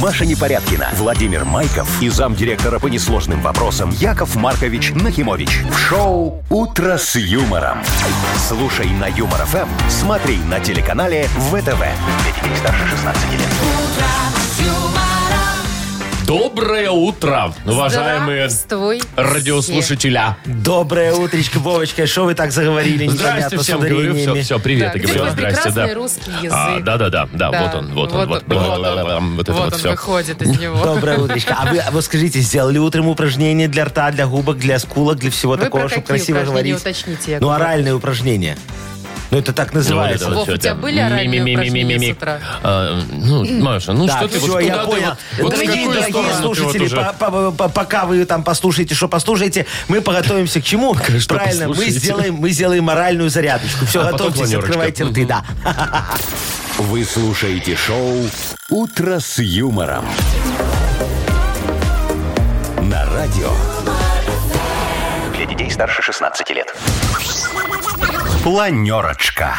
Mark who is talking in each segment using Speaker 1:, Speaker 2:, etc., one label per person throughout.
Speaker 1: Маша Непорядкина, Владимир Майков и замдиректора по несложным вопросам Яков Маркович Нахимович. В шоу «Утро с юмором». Слушай на Юмор ФМ, смотри на телеканале ВТВ. Для детей старше 16 лет.
Speaker 2: Доброе утро, уважаемые
Speaker 3: Здравствуй.
Speaker 2: радиослушателя.
Speaker 4: Доброе утречко, Вовочка. Что вы так заговорили?
Speaker 2: Здрасте
Speaker 4: непонятно, с
Speaker 2: всем, говорю, все,
Speaker 4: ударениями?
Speaker 2: все, привет.
Speaker 3: Так,
Speaker 2: и говорю,
Speaker 3: где твой
Speaker 2: здрасте, да.
Speaker 3: прекрасный русский язык?
Speaker 2: А, да, да, да, да,
Speaker 3: Да,
Speaker 2: вот он, вот он, вот, вот
Speaker 3: он.
Speaker 2: это
Speaker 3: Вот
Speaker 2: вот,
Speaker 3: он
Speaker 2: все.
Speaker 3: выходит из него.
Speaker 4: Доброе утречко. А вы, а вы скажите, сделали утром упражнения для рта, для губок, для скулок, для всего
Speaker 3: Вы
Speaker 4: такого,
Speaker 3: про
Speaker 4: чтобы
Speaker 3: какие
Speaker 4: красиво
Speaker 3: упражнения
Speaker 4: говорить?
Speaker 3: уточните, Яков
Speaker 4: ну, оральные упражнения. Ну, это так называется.
Speaker 3: Вов, у тебя были оральные упражнения с утра?
Speaker 2: А, Ну, Маша, ну что
Speaker 4: Так,
Speaker 2: ты
Speaker 4: все,
Speaker 2: вот
Speaker 4: я
Speaker 2: куда ты
Speaker 4: понял.
Speaker 2: вот- вот в
Speaker 4: дорогие
Speaker 2: какую
Speaker 4: дорогие
Speaker 2: сторону ты вот
Speaker 4: слушатели,
Speaker 2: уже?
Speaker 4: по- по- по- пока вы там послушаете, что послушаете, мы подготовимся к чему?
Speaker 2: Что
Speaker 4: Правильно, мы
Speaker 2: послушаете?
Speaker 4: сделаем, мы сделаем моральную зарядочку. Все,
Speaker 2: А потом
Speaker 4: готовьтесь,
Speaker 2: планерочка.
Speaker 4: открывайте рты, да.
Speaker 1: Вы слушаете шоу «Утро с юмором». На радио. Для детей старше 16 лет. Планерочка.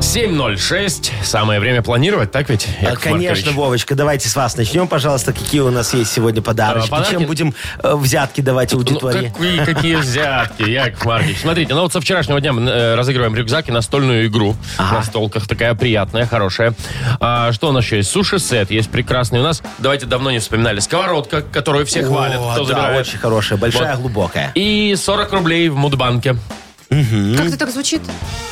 Speaker 2: 7.06. Самое время планировать, так ведь?
Speaker 4: А,
Speaker 2: Яков
Speaker 4: Конечно,
Speaker 2: Маркович?
Speaker 4: Вовочка, давайте с вас начнем, пожалуйста, какие у нас есть сегодня подарочки.
Speaker 2: А, подарки?
Speaker 4: Чем будем э, взятки давать
Speaker 2: Ну,
Speaker 4: аудитории?
Speaker 2: какие, какие взятки, Яков Маркович. Смотрите, ну вот со вчерашнего дня мы э, разыгрываем рюкзак и настольную игру на столках. Такая приятная, хорошая. А, что у нас еще есть? Суши-сет есть прекрасный. У нас, давайте, давно не вспоминали, сковородка, которую все хвалят,
Speaker 4: О,
Speaker 2: кто
Speaker 4: да,
Speaker 2: забирает.
Speaker 4: очень хорошая, большая,
Speaker 2: Вот.
Speaker 4: глубокая.
Speaker 2: И 40 рублей в Мудбанке.
Speaker 3: Как это так звучит?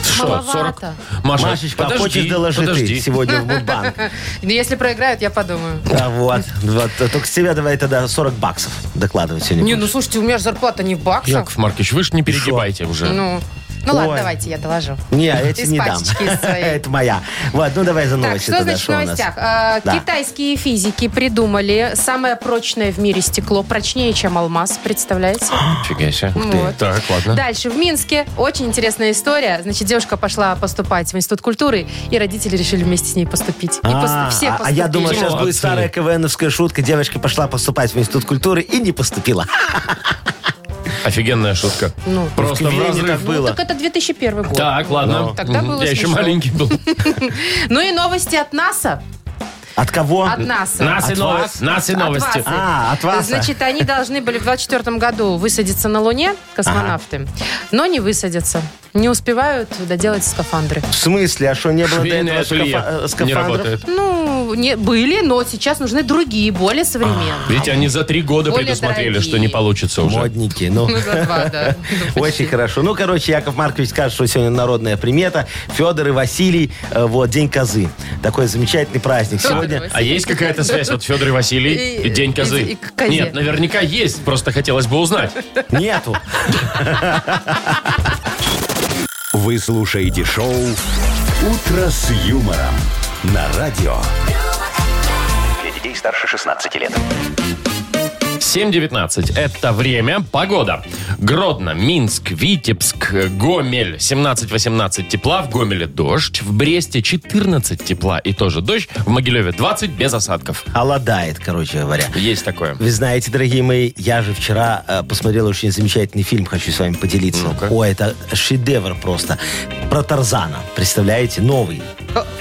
Speaker 2: Что, 40?
Speaker 3: Маловато.
Speaker 2: Маша,
Speaker 4: Машечка, а
Speaker 2: подожди,
Speaker 4: хочешь доложи
Speaker 2: подожди.
Speaker 4: ты сегодня в Мудбанк?
Speaker 3: Ну, если проиграют, я подумаю.
Speaker 4: Да, вот. вот. Только с тебя давай тогда 40 баксов докладывать сегодня.
Speaker 3: Не, ну слушайте, у меня же зарплата не в баксах.
Speaker 2: Яков Маркович, вы ж не перегибайте уже.
Speaker 3: Ну, ну ладно,
Speaker 4: Ой.
Speaker 3: давайте я доложу.
Speaker 4: Не, я тебе
Speaker 3: Из
Speaker 4: не дам.
Speaker 3: пачечки своей.
Speaker 4: Это моя. Вот, ну давай за
Speaker 3: Так,
Speaker 4: новости
Speaker 3: что
Speaker 4: тогда,
Speaker 3: значит в
Speaker 4: что у нас.
Speaker 3: новостях? А,
Speaker 4: Да.
Speaker 3: Китайские физики придумали самое прочное в мире стекло, прочнее, чем алмаз, представляете?
Speaker 2: Фига себе.
Speaker 3: Ух ты. Ну Вот.
Speaker 2: Так, ладно.
Speaker 3: Дальше, в Минске. Очень интересная история. Значит, девушка пошла поступать в Институт культуры, и родители решили вместе с ней поступить. И
Speaker 4: А,
Speaker 3: поступ- все
Speaker 4: а- а
Speaker 3: поступили.
Speaker 4: я думал, сейчас
Speaker 2: Молодцы.
Speaker 4: будет старая КВНовская шутка. Девочка пошла поступать в Институт культуры и не поступила.
Speaker 2: Офигенная шутка.
Speaker 3: Ну.
Speaker 4: В
Speaker 2: Просто в
Speaker 4: КВНе
Speaker 2: разрыв.
Speaker 4: так
Speaker 3: Ну,
Speaker 4: было.
Speaker 3: так это 2001 год.
Speaker 2: Так, ладно.
Speaker 3: Ну, Тогда
Speaker 2: Мгм.
Speaker 3: было
Speaker 2: Я еще
Speaker 3: смешно.
Speaker 2: маленький был.
Speaker 3: Ну и новости от НАСА.
Speaker 4: От кого?
Speaker 3: От НАСА.
Speaker 2: Нас и
Speaker 4: От
Speaker 2: новости.
Speaker 4: вас.
Speaker 2: Нас и
Speaker 3: От
Speaker 2: новости.
Speaker 3: вас.
Speaker 4: А, от вас.
Speaker 3: Значит, они должны были в 24 году высадиться на Луне, космонавты, но не высадятся. Не успевают доделать скафандры.
Speaker 4: В смысле? А что, не было до
Speaker 2: Швейное
Speaker 4: этого
Speaker 2: ателье
Speaker 4: скафа- э,
Speaker 2: не
Speaker 4: скафандров?
Speaker 2: работает.
Speaker 3: Ну, не, были, но сейчас нужны другие, более современные.
Speaker 4: А.
Speaker 2: Ведь они за три года
Speaker 3: Более
Speaker 2: предусмотрели,
Speaker 3: дорогие.
Speaker 2: что не получится уже.
Speaker 4: Модники, ну.
Speaker 3: Ну, за два, да. Ну,
Speaker 4: Очень хорошо. Ну, короче, Яков Маркович скажет, что сегодня народная примета. Федор и Василий, э, вот, День козы. Такой замечательный праздник.
Speaker 3: Фёдор и
Speaker 4: Сегодня
Speaker 3: Василий.
Speaker 2: А есть какая-то связь? Вот Федор и Василий,
Speaker 3: И-
Speaker 2: День козы.
Speaker 3: и- и к козе.
Speaker 2: Нет, наверняка есть, просто хотелось бы узнать.
Speaker 4: нету.
Speaker 1: Вы слушаете шоу «Утро с юмором» на радио. Для детей старше 16 лет.
Speaker 2: 7.19. Это время. Погода. Гродно, Минск, Витебск, э, Гомель. 17-18 тепла. В Гомеле дождь. В Бресте 14 тепла и тоже дождь. В Могилеве 20 без осадков.
Speaker 4: Оладает, короче говоря.
Speaker 2: Есть такое.
Speaker 4: Вы знаете, дорогие мои, я же вчера э, посмотрел очень замечательный фильм, хочу с вами поделиться. О, это шедевр просто. Про Тарзана, представляете? Новый.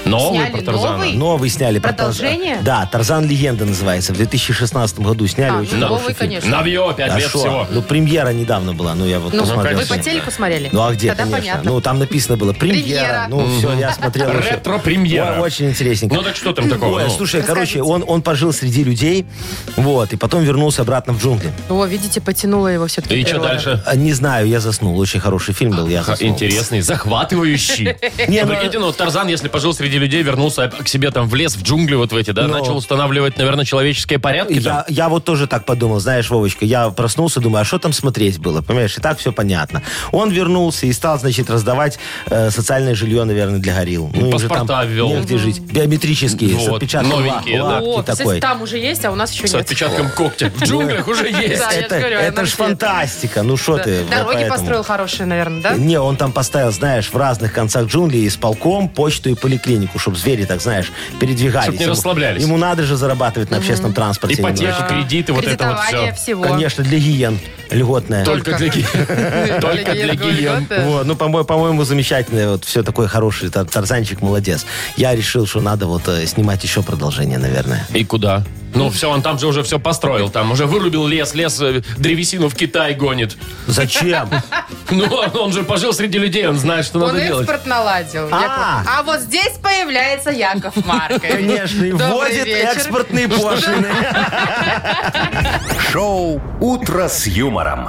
Speaker 2: Новый
Speaker 3: Сняли
Speaker 2: про Тарзана.
Speaker 3: новый?
Speaker 4: Новый сняли. про Тарзана.
Speaker 3: Продолжение?
Speaker 4: Да, «Тарзан. Легенда» называется. В 2016 году сняли.
Speaker 3: А, ну,
Speaker 4: очень
Speaker 3: новый,
Speaker 4: хороший фильм.
Speaker 3: конечно.
Speaker 2: Навье 5
Speaker 4: А
Speaker 2: лет
Speaker 4: шо?
Speaker 2: всего.
Speaker 4: Ну, премьера недавно была, ну я вот
Speaker 3: Ну,
Speaker 4: посмотрел.
Speaker 3: вы по
Speaker 2: конечно.
Speaker 4: сегодня.
Speaker 3: телеку смотрели?
Speaker 4: Ну а где,
Speaker 3: Тогда
Speaker 4: конечно.
Speaker 3: понятно.
Speaker 4: Ну там написано было
Speaker 3: Премьера.
Speaker 4: премьера. Ну все, я смотрел. очень-
Speaker 2: Ретро-премьера.
Speaker 4: Ой, Очень интересненько.
Speaker 2: Ну так что там такого?
Speaker 4: Ой,
Speaker 2: ну?
Speaker 4: слушай,
Speaker 3: Расскажите.
Speaker 4: короче, он, он пожил среди людей, вот, и потом вернулся обратно в джунгли.
Speaker 3: О, Ну, видите, потянуло его все-таки.
Speaker 2: И что дальше?
Speaker 4: А, Не знаю, я заснул. Очень хороший фильм был, я
Speaker 2: Ха,
Speaker 4: заснул.
Speaker 2: Интересный, захватывающий.
Speaker 4: Не,
Speaker 2: А
Speaker 4: ну,
Speaker 2: прикиньте, ну, Тарзан, если пожил среди людей, вернулся к себе там в лес, в джунгли вот в эти, да,
Speaker 4: Ну.
Speaker 2: начал устанавливать, наверное, человеческие порядки там.
Speaker 4: Я, я вот тоже так подумал, знаешь, Вовочка, я проснулся, думаю, а что там смотреть было, понимаешь, и так все понятно. Он вернулся и стал, значит, раздавать э, социальное жилье, наверное, для горилл. Ну, им же
Speaker 2: Паспорта
Speaker 4: там
Speaker 2: ввел.
Speaker 4: негде жить. Биометрические, с
Speaker 2: Вот,
Speaker 4: отпечатком ла-
Speaker 2: новенькие, да.
Speaker 4: лапки
Speaker 3: О, кстати,
Speaker 4: такой.
Speaker 3: там уже есть, а у нас еще
Speaker 2: С
Speaker 3: нет.
Speaker 2: отпечатком когтя. В джунглях уже есть.
Speaker 3: Да, я же
Speaker 4: Это,
Speaker 3: говорю,
Speaker 4: это
Speaker 3: нам
Speaker 4: ж
Speaker 3: все это-
Speaker 4: фантастика, ну что
Speaker 3: Да.
Speaker 4: ты. вот
Speaker 3: Дороги
Speaker 4: поэтому.
Speaker 3: построил хорошие, наверное, да?
Speaker 4: Не, он там поставил, знаешь, в разных концах джунглей исполком, почту и поликлинику, чтобы звери, так знаешь, передвигались.
Speaker 2: Чтоб не
Speaker 4: Ему-
Speaker 2: расслаблялись.
Speaker 4: Ему надо же зарабатывать на общественном транспорте.
Speaker 2: Ипотеку,
Speaker 4: немножко.
Speaker 2: кредиты, вот это вот
Speaker 3: Кредитование
Speaker 2: все.
Speaker 3: всего.
Speaker 4: Конечно, для гиен льготная.
Speaker 2: Только Только для ги- Только для гиен.
Speaker 4: Вот, ну, по-мо- по-моему, замечательное, вот все такое хороший Тар- Тарзанчик, молодец. Я решил, что надо вот э, снимать еще продолжение, наверное.
Speaker 2: И куда? Ну все, он там же уже все построил, там уже вырубил лес, лес э, древесину в Китай гонит.
Speaker 4: Зачем?
Speaker 2: Ну он он же пожил среди людей, он знает, что
Speaker 3: Он
Speaker 2: надо делать.
Speaker 3: экспорт наладил.
Speaker 4: А.
Speaker 3: Яков. А вот здесь появляется Яков Маркович.
Speaker 4: Конечно, и
Speaker 3: Добрый
Speaker 4: вводит
Speaker 3: вечер.
Speaker 4: экспортные пошлины.
Speaker 1: Шоу «Утро с юмором».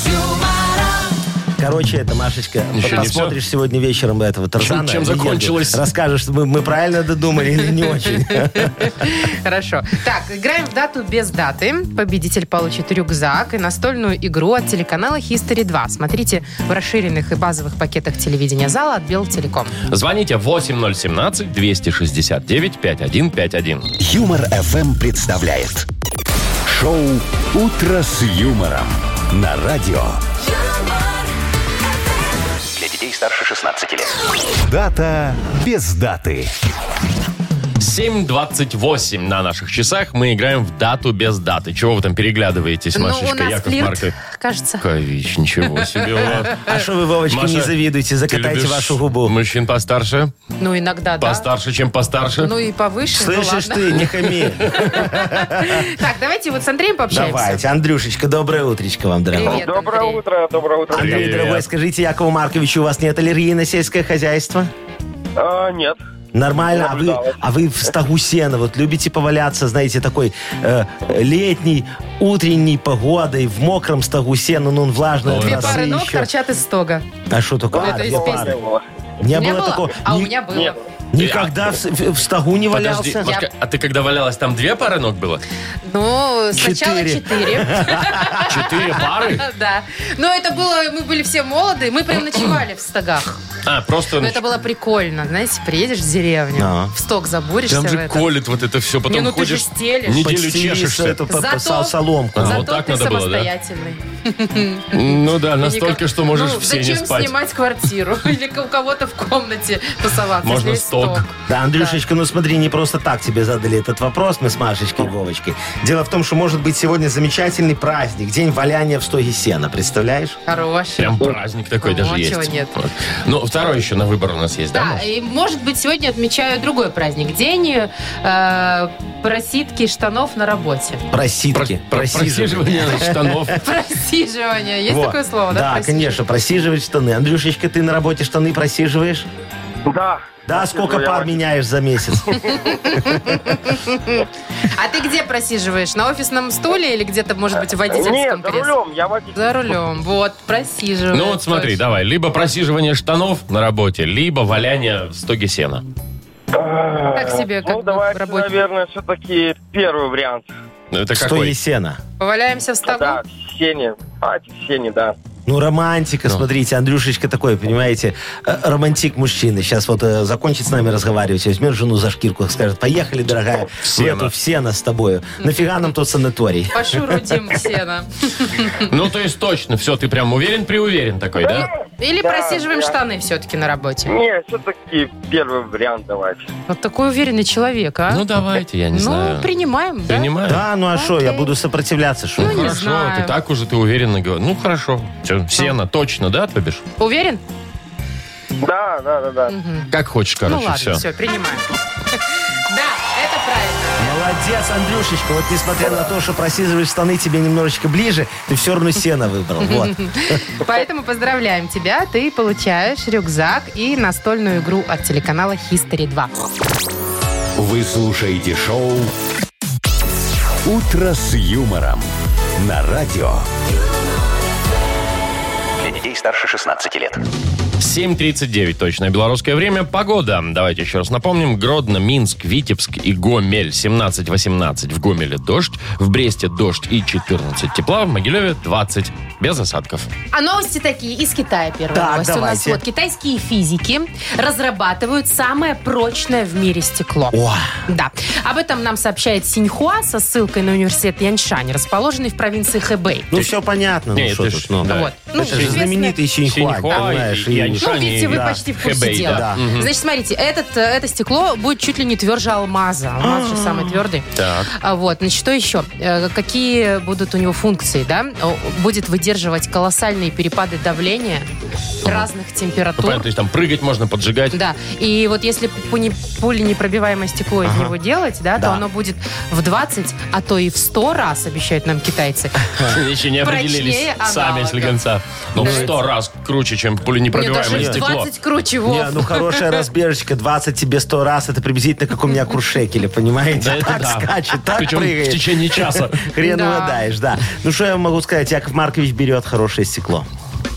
Speaker 4: Короче, это, Машечка,
Speaker 2: Еще не
Speaker 4: посмотришь сегодня вечером этого Тарзана.
Speaker 2: чем
Speaker 4: легенду.
Speaker 2: закончилось?
Speaker 4: Расскажешь, мы, мы правильно додумали или не очень.
Speaker 3: Хорошо. Так, играем в дату без даты. Победитель получит рюкзак и настольную игру от телеканала History 2. Смотрите в расширенных и базовых пакетах телевидения зала от Белтелеком.
Speaker 2: Звоните 8017 269 5151.
Speaker 1: Юмор ФМ представляет. Шоу «Утро с юмором» на радио. Для детей старше 16 лет. Дата без даты.
Speaker 2: 7.28 на наших часах. Мы играем в дату без даты. Чего вы там переглядываетесь,
Speaker 3: ну,
Speaker 2: Машечка,
Speaker 3: у нас
Speaker 2: Яков
Speaker 3: флирт,
Speaker 2: Маркович?
Speaker 3: кажется.
Speaker 2: Кович, ничего себе. вот.
Speaker 4: А что вы, Вовочка,
Speaker 2: Маша,
Speaker 4: не завидуйте,
Speaker 2: Ты
Speaker 4: закатайте
Speaker 2: любишь
Speaker 4: вашу губу.
Speaker 2: Мужчин постарше?
Speaker 3: Ну, иногда, да.
Speaker 2: Постарше, чем постарше?
Speaker 3: Ну и повыше, ну
Speaker 4: Слышишь
Speaker 3: ладно.
Speaker 4: ты, не хами.
Speaker 3: Так, давайте вот с Андреем пообщаемся.
Speaker 4: Давайте, Андрюшечка, доброе утречко вам, дорогой.
Speaker 3: Привет,
Speaker 5: Доброе
Speaker 3: Андрей.
Speaker 5: утро, доброе утро.
Speaker 2: Привет.
Speaker 4: Андрей, дорогой, скажите, Якову Марковичу, у вас нет аллергии на сельское хозяйство?
Speaker 5: А, нет. Ну,
Speaker 4: Нормально, а вы,
Speaker 5: Наблюдалось.
Speaker 4: а вы в стогу сена вот любите поваляться, знаете, такой э, летней, утренней погодой, в мокром стогу сена, ну он влажный, от
Speaker 2: Две
Speaker 3: Две
Speaker 4: росы
Speaker 3: пары ног
Speaker 4: еще.
Speaker 3: торчат из стога.
Speaker 4: А
Speaker 5: Ну,
Speaker 4: что такое?
Speaker 3: Это
Speaker 4: А,
Speaker 3: из
Speaker 4: две
Speaker 3: песни.
Speaker 4: пары.
Speaker 5: Было.
Speaker 4: Не
Speaker 3: У меня
Speaker 4: было
Speaker 3: было?
Speaker 4: такого.
Speaker 3: А у
Speaker 4: Ни-
Speaker 3: меня было.
Speaker 5: Нет.
Speaker 4: Никогда в, с- в- в стогу не
Speaker 2: Подожди,
Speaker 4: валялся.
Speaker 2: Машка, а ты когда валялась, там две пары ног было?
Speaker 3: Ну, сначала
Speaker 4: Четыре.
Speaker 3: четыре.
Speaker 2: Четыре пары?
Speaker 3: Да. Но это было, мы были все молоды, мы прям ночевали в стогах.
Speaker 2: А, просто...
Speaker 3: Но Ну, это было прикольно, знаете, приедешь в деревню,
Speaker 4: Да.
Speaker 3: в сток забуришься
Speaker 2: Там
Speaker 3: в
Speaker 2: же
Speaker 3: это.
Speaker 2: колет вот это все, потом
Speaker 3: Минуты же
Speaker 2: ходишь...
Speaker 3: стелишь.
Speaker 2: Неделю
Speaker 4: Подстелись
Speaker 2: чешешься.
Speaker 4: эту по- по- со- соломку.
Speaker 2: А,
Speaker 3: зато
Speaker 2: вот так
Speaker 3: ты
Speaker 2: надо было, да?
Speaker 3: самостоятельный.
Speaker 2: Ну да,
Speaker 3: И
Speaker 2: настолько,
Speaker 3: никак-
Speaker 2: что можешь
Speaker 3: Ну,
Speaker 2: все не
Speaker 3: зачем
Speaker 2: спать.
Speaker 3: снимать квартиру? Или у кого-то в комнате тусоваться?
Speaker 2: Можно
Speaker 3: если есть
Speaker 2: сток.
Speaker 4: Да, Андрюшечка, ну смотри, не просто так тебе задали этот вопрос, мы с Машечкой и Вовочкой. Дело в том, что может быть сегодня замечательный праздник, день валяния в стоге сена, представляешь?
Speaker 3: Хороший.
Speaker 2: Прям праздник такой
Speaker 3: Ну,
Speaker 2: даже
Speaker 3: а
Speaker 2: есть.
Speaker 3: чего нет?
Speaker 2: Вот. Ну, второй еще на выбор у нас есть, да?
Speaker 3: Да,
Speaker 2: Маш?
Speaker 3: и может быть сегодня отмечаю другой праздник. День э, просидки штанов на работе.
Speaker 2: Про-
Speaker 4: Проситки.
Speaker 2: про- Просиживание штанов.
Speaker 3: Просиживание. Есть
Speaker 4: Вот.
Speaker 3: такое слово, да? просиживание?
Speaker 4: конечно, просиживать штаны. Андрюшечка, ты на работе штаны просиживаешь?
Speaker 5: Да.
Speaker 4: Да, сколько
Speaker 5: я
Speaker 4: пар
Speaker 5: очень-
Speaker 4: меняешь за месяц?
Speaker 3: А ты где просиживаешь? На офисном стуле или где-то, может быть, в водительском
Speaker 5: Нет, за
Speaker 3: кресле?
Speaker 5: рулем, я водитель.
Speaker 3: За рулем. Вот, просиживаешь.
Speaker 2: Ну вот смотри,
Speaker 3: Точно.
Speaker 2: давай. Либо просиживание штанов на работе, либо валяние в стоге сена.
Speaker 3: Как себе, как
Speaker 5: Ну, давайте,
Speaker 3: работе?
Speaker 5: наверное, все-таки первый вариант.
Speaker 2: Ну, Это
Speaker 4: Что
Speaker 2: какой?
Speaker 4: есть сена?
Speaker 3: Поваляемся в стогу?
Speaker 5: Да, в сене. А, в сене, да.
Speaker 4: Ну, романтика, смотрите, Андрюшечка такой, понимаете, э, романтик мужчины. Сейчас вот э, закончит с нами разговаривать, возьмет жену за шкирку, скажет, поехали, дорогая,
Speaker 2: В сено.
Speaker 4: в эту в сено с тобою. Нафига нам тот санаторий?
Speaker 3: Пошурудим в сено.
Speaker 2: Ну, то есть точно, все, ты прям уверен, преуверен такой, да?
Speaker 3: Или
Speaker 5: Да,
Speaker 3: просиживаем
Speaker 5: да.
Speaker 3: штаны все-таки на работе.
Speaker 5: Не, все-таки первый вариант давайте.
Speaker 3: Вот такой уверенный человек, а?
Speaker 2: Ну, давайте, я не
Speaker 3: Ну,
Speaker 2: знаю.
Speaker 3: принимаем, да?
Speaker 2: Принимаю.
Speaker 4: Да, ну а что, я
Speaker 3: Окей.
Speaker 4: буду сопротивляться, что?
Speaker 3: Ну, не
Speaker 2: Хорошо,
Speaker 3: знаю.
Speaker 2: ты так уже ты уверенно говоришь. Ну хорошо. Все, сено, точно, да, то бишь?
Speaker 3: Уверен?
Speaker 5: Да, да, да, да.
Speaker 2: Как хочешь, короче,
Speaker 3: ну ладно,
Speaker 2: все.
Speaker 3: все, принимаем. Да, это правильно.
Speaker 4: Молодец, Андрюшечка, вот несмотря на то, что просиживаешь штаны тебе немножечко ближе, ты все равно сено выбрал, вот.
Speaker 3: Поэтому поздравляем тебя. Ты получаешь рюкзак и настольную игру от телеканала History 2.
Speaker 1: Вы слушаете шоу «Утро с юмором» на радио. Для детей старше 16 лет.
Speaker 2: 7.39 точное белорусское время. Погода. Давайте еще раз напомним. Гродно, Минск, Витебск и Гомель. 17-18. В Гомеле дождь. В Бресте дождь и 14 тепла. В Могилеве 20. Без осадков.
Speaker 3: А новости такие из Китая первая
Speaker 4: Так,
Speaker 3: новость у нас.
Speaker 4: давайте.
Speaker 3: Вот китайские физики разрабатывают самое прочное в мире стекло.
Speaker 4: О,
Speaker 3: Да. Об этом нам сообщает Синьхуа со ссылкой на университет Яньшань, расположенный в провинции Хэбэй.
Speaker 4: ну все понятно, ну
Speaker 2: Нет,
Speaker 4: что
Speaker 2: это ж-
Speaker 4: тут, ну.
Speaker 2: да.
Speaker 3: Вот. Ну,
Speaker 4: Это же
Speaker 3: известная-
Speaker 4: знаменитый Синьхуа,
Speaker 2: Синьхуа
Speaker 4: понимаешь?
Speaker 2: и- и
Speaker 4: и-
Speaker 2: Яньша.
Speaker 3: Ну,
Speaker 2: Шани,
Speaker 3: видите, вы
Speaker 4: да.
Speaker 3: почти в курсе
Speaker 2: Хэбэй,
Speaker 3: дела.
Speaker 4: да.
Speaker 3: Значит, смотрите, этот, э, это стекло будет чуть ли не тверже алмаза. Алмаз же самый твердый.
Speaker 2: Так.
Speaker 3: А Вот, значит, что еще? Э, Какие будут у него функции, да? О, Будет выдерживать колоссальные перепады давления разных
Speaker 2: Ну,
Speaker 3: температур.
Speaker 2: понятно, то есть там прыгать можно, поджигать.
Speaker 3: Да, и вот если пули непробиваемое стекло из него делать, да, то
Speaker 4: Да.
Speaker 3: оно будет в 20, а то и в 100 раз, обещают нам китайцы.
Speaker 2: Еще не определились
Speaker 3: Прочнее
Speaker 2: сами
Speaker 3: аналога.
Speaker 2: с легонца. Ну, в сто раз круче, чем
Speaker 3: Мне даже
Speaker 2: пуленепробиваемое
Speaker 3: в
Speaker 2: стекло.
Speaker 3: 20 круче,
Speaker 4: Не,
Speaker 3: Вов.
Speaker 4: ну хорошая разбежечка, 20 тебе 100 раз, это приблизительно как у меня куршекеля, понимаете?
Speaker 2: Да, это
Speaker 4: так
Speaker 2: да.
Speaker 4: скачет, так
Speaker 2: Причем
Speaker 4: прыгает.
Speaker 2: в течение часа.
Speaker 4: Хрен
Speaker 3: Да.
Speaker 4: угадаешь, да. Ну что я могу сказать, Яков Маркович берет хорошее стекло.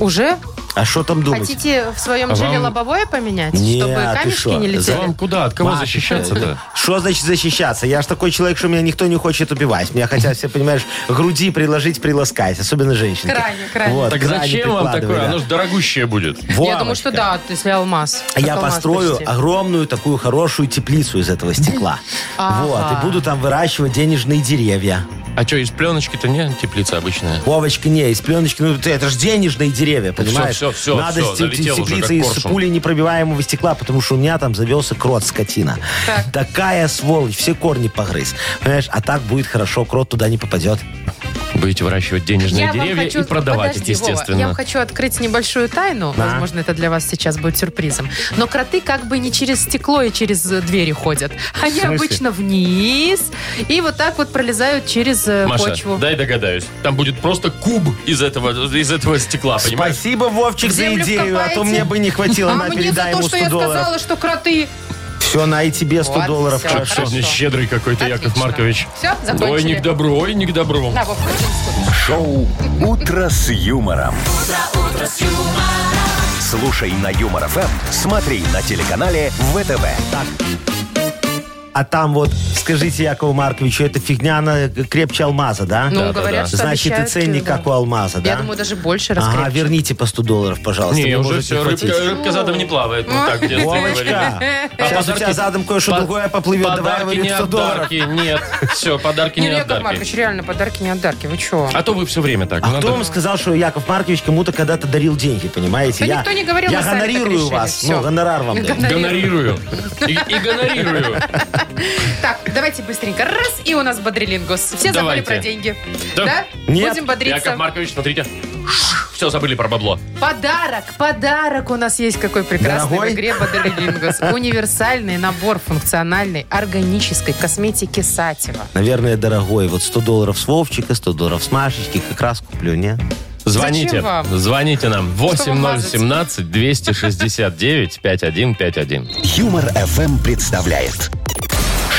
Speaker 3: Уже?
Speaker 4: А что там думать?
Speaker 3: Хотите в своем
Speaker 2: А
Speaker 3: жиле
Speaker 2: вам-
Speaker 3: лобовое поменять,
Speaker 4: Не,
Speaker 3: чтобы
Speaker 4: ты
Speaker 3: камешки
Speaker 4: шо,
Speaker 3: не летели?
Speaker 2: Вам куда? От кого
Speaker 4: Марк,
Speaker 2: защищаться-то?
Speaker 4: Что значит защищаться? Я ж такой человек, что меня никто не хочет убивать. Меня хотят все, понимаешь, груди приложить, приласкать. Особенно женщины.
Speaker 3: Крайне, крайне.
Speaker 4: Вот,
Speaker 2: Так
Speaker 4: крайне
Speaker 2: зачем вам
Speaker 4: прикладывай,
Speaker 2: такое?
Speaker 4: да.
Speaker 2: Оно же дорогущее будет.
Speaker 3: Я думаю,
Speaker 4: Вовочка,
Speaker 3: что да, если алмаз. Как
Speaker 4: А Я
Speaker 3: алмаз
Speaker 4: построю
Speaker 3: почти.
Speaker 4: огромную такую хорошую теплицу из этого стекла.
Speaker 3: Ага.
Speaker 4: Вот. И буду там выращивать денежные деревья.
Speaker 2: А что, из пленочки-то не теплица обычная?
Speaker 4: Вовочка, не, из пленочки, ну ты- это же денежные деревья, понимаешь?
Speaker 2: всё, всё,
Speaker 4: Надо
Speaker 2: всё,
Speaker 4: с те-
Speaker 2: налетел уже,
Speaker 4: теплицы
Speaker 2: как
Speaker 4: из
Speaker 2: коршун.
Speaker 4: пули непробиваемого стекла, потому что у меня там завелся крот, скотина.
Speaker 3: Так.
Speaker 4: Такая сволочь, все корни погрыз. Понимаешь, а так будет хорошо, крот туда не попадет.
Speaker 2: Будете выращивать денежные
Speaker 3: Я вам
Speaker 2: деревья
Speaker 3: хочу-
Speaker 2: и продавать их,
Speaker 3: Подожди, Вова, я вам
Speaker 2: естественно.
Speaker 3: хочу открыть небольшую тайну.
Speaker 4: Да.
Speaker 3: Возможно, это для вас сейчас будет сюрпризом. Но кроты как бы не через стекло и через э, двери ходят. Они
Speaker 4: смысле?
Speaker 3: обычно вниз и вот так вот пролезают через э,
Speaker 2: Маша,
Speaker 3: почву.
Speaker 2: дай догадаюсь. Там будет просто куб из этого, из этого стекла, понимаешь?
Speaker 4: Спасибо, Вовчик,
Speaker 3: В землю
Speaker 4: за идею, а то
Speaker 3: вкопайте.
Speaker 4: мне бы не хватило.
Speaker 3: А
Speaker 4: на,
Speaker 3: мне за
Speaker 4: передай
Speaker 3: то,
Speaker 4: ему
Speaker 3: что
Speaker 4: 100
Speaker 3: я
Speaker 4: долларов.
Speaker 3: сказала, что кроты.
Speaker 4: Все, на и тебе 100
Speaker 3: Вот,
Speaker 4: долларов.
Speaker 3: всё.
Speaker 4: Хорошо.
Speaker 2: Что
Speaker 3: Хорошо.
Speaker 2: мне щедрый какой-то, Яков
Speaker 3: Отлично.
Speaker 2: Маркович.
Speaker 3: Всё, закончили.
Speaker 2: Ой, не к добру, ой, не к добру.
Speaker 3: На, Вов, кроты.
Speaker 1: Шоу «Утро с юмором». Слушай на Юмор ФМ, смотри на телеканале ВТВ.
Speaker 4: А там вот, скажите Якову Марковичу, эта фигня, она крепче алмаза, да?
Speaker 3: Ну,
Speaker 2: Да, да, да.
Speaker 3: говорят, что
Speaker 4: Значит, и
Speaker 3: обещают,
Speaker 4: ценник,
Speaker 3: э,
Speaker 4: как у алмаза, да?
Speaker 3: Я думаю, даже больше
Speaker 4: Ага,
Speaker 3: раскрепче.
Speaker 4: верните по 100 долларов, пожалуйста.
Speaker 2: Не,
Speaker 4: мне
Speaker 2: уже
Speaker 4: может
Speaker 2: все,
Speaker 4: не хватить.
Speaker 2: рыбка, рыбка задом не плавает. Ну так, в детстве
Speaker 4: Вовочка,
Speaker 2: говорили. А
Speaker 4: сейчас у
Speaker 2: подарки-
Speaker 4: тебя задом кое-что
Speaker 2: по-
Speaker 4: другое поплывет. Давай
Speaker 2: Подарки
Speaker 4: говорит
Speaker 2: не
Speaker 4: 100 долларов.
Speaker 2: отдарки, нет. Все, подарки
Speaker 3: Не,
Speaker 2: не
Speaker 3: ну, Яков
Speaker 2: отдарки.
Speaker 3: Маркович, реально, подарки не отдарки. Вы чего?
Speaker 2: А то вы все время так.
Speaker 4: А
Speaker 2: Надо-
Speaker 4: кто вам сказал, что Яков Маркович кому-то когда-то дарил деньги, понимаете?
Speaker 3: Да никто не говорил,
Speaker 4: я
Speaker 3: мы сами так
Speaker 4: гонорирую
Speaker 3: решили.
Speaker 4: вас.
Speaker 3: Всё.
Speaker 4: Ну, гонорар вам даю.
Speaker 2: Гонорирую. И, и гонорирую.
Speaker 3: Так, давайте быстренько. Раз, и у нас бодрилингус. Все забыли
Speaker 2: Давайте.
Speaker 3: про деньги.
Speaker 2: Да.
Speaker 3: Да?
Speaker 4: Нет.
Speaker 3: Будем бодриться.
Speaker 2: Яков Маркович, смотрите. Все, забыли про бабло.
Speaker 3: Подарок, подарок у нас есть какой прекрасный
Speaker 4: Дорогой?
Speaker 3: в игре Бодрилингус. Универсальный набор функциональной органической косметики Сатева.
Speaker 4: Наверное, дорогой. Вот 100 долларов с Вовчика, 100 долларов с Машечки. Как раз куплю, не?
Speaker 2: Звоните.
Speaker 3: Зачем вам?
Speaker 2: Звоните нам.
Speaker 3: Чтобы мазать.
Speaker 2: 8017-269-5151.
Speaker 1: Юмор ФМ представляет.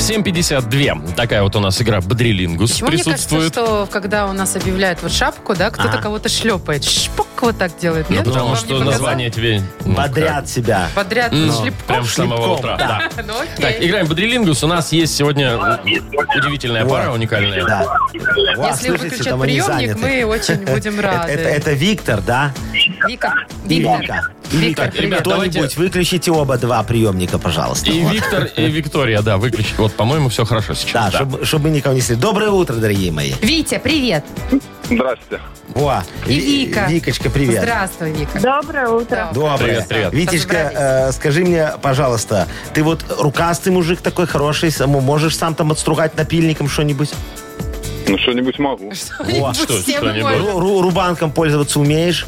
Speaker 2: 752. Такая вот у нас игра Бодрилингус
Speaker 3: Почему мне кажется,
Speaker 2: присутствует.
Speaker 3: что когда у нас объявляют вот шапку, да, кто-то
Speaker 4: Ага.
Speaker 3: кого-то шлепает. Шпок вот так делает.
Speaker 2: Ну,
Speaker 3: Нет?
Speaker 2: потому
Speaker 3: Вам
Speaker 2: что
Speaker 3: не показалось?
Speaker 2: название тебе... ну,
Speaker 4: Подряд себя.
Speaker 3: Подряд
Speaker 2: Ну,
Speaker 3: шлепком.
Speaker 2: прям с самого
Speaker 4: шлепком,
Speaker 2: утра.
Speaker 4: да.
Speaker 2: Да.
Speaker 3: Ну, окей.
Speaker 2: Так, играем в Бодрилингус. У нас есть сегодня удивительная пара,
Speaker 4: Вот.
Speaker 2: уникальная.
Speaker 4: Да. Во,
Speaker 3: Если
Speaker 4: слышите,
Speaker 3: выключат
Speaker 4: там они
Speaker 3: приемник,
Speaker 4: заняты.
Speaker 3: мы очень будем
Speaker 4: Это,
Speaker 3: рады.
Speaker 4: это- это Виктор, да?
Speaker 3: Вика.
Speaker 4: И
Speaker 3: Виктор. Виктор,
Speaker 4: Вика.
Speaker 2: Так, ребят,
Speaker 3: привет.
Speaker 4: Кто-нибудь
Speaker 2: давайте-
Speaker 4: выключите оба два приемника, пожалуйста.
Speaker 2: И
Speaker 4: Вот.
Speaker 2: Виктор, и Виктория, да, выключить. Вот, по-моему, все хорошо
Speaker 4: Да,
Speaker 2: сейчас. да.
Speaker 4: чтобы, чтобы никого не слили. Доброе утро, дорогие мои.
Speaker 3: Витя, привет.
Speaker 5: Здравствуйте.
Speaker 4: О,
Speaker 3: И
Speaker 4: Ви-
Speaker 3: Вика.
Speaker 4: Викочка, привет.
Speaker 3: Здравствуй, Вика.
Speaker 6: Доброе утро.
Speaker 4: Доброе.
Speaker 2: Привет, привет.
Speaker 4: Витечка, э, скажи мне, пожалуйста, ты вот рукастый мужик такой хороший, саму можешь сам там отстругать напильником что-нибудь?
Speaker 5: Ну, что-нибудь могу.
Speaker 4: О,
Speaker 2: что,
Speaker 3: все
Speaker 2: что
Speaker 3: мы
Speaker 2: не
Speaker 3: можем.
Speaker 2: было?
Speaker 4: Ру- ру- рубанком пользоваться умеешь?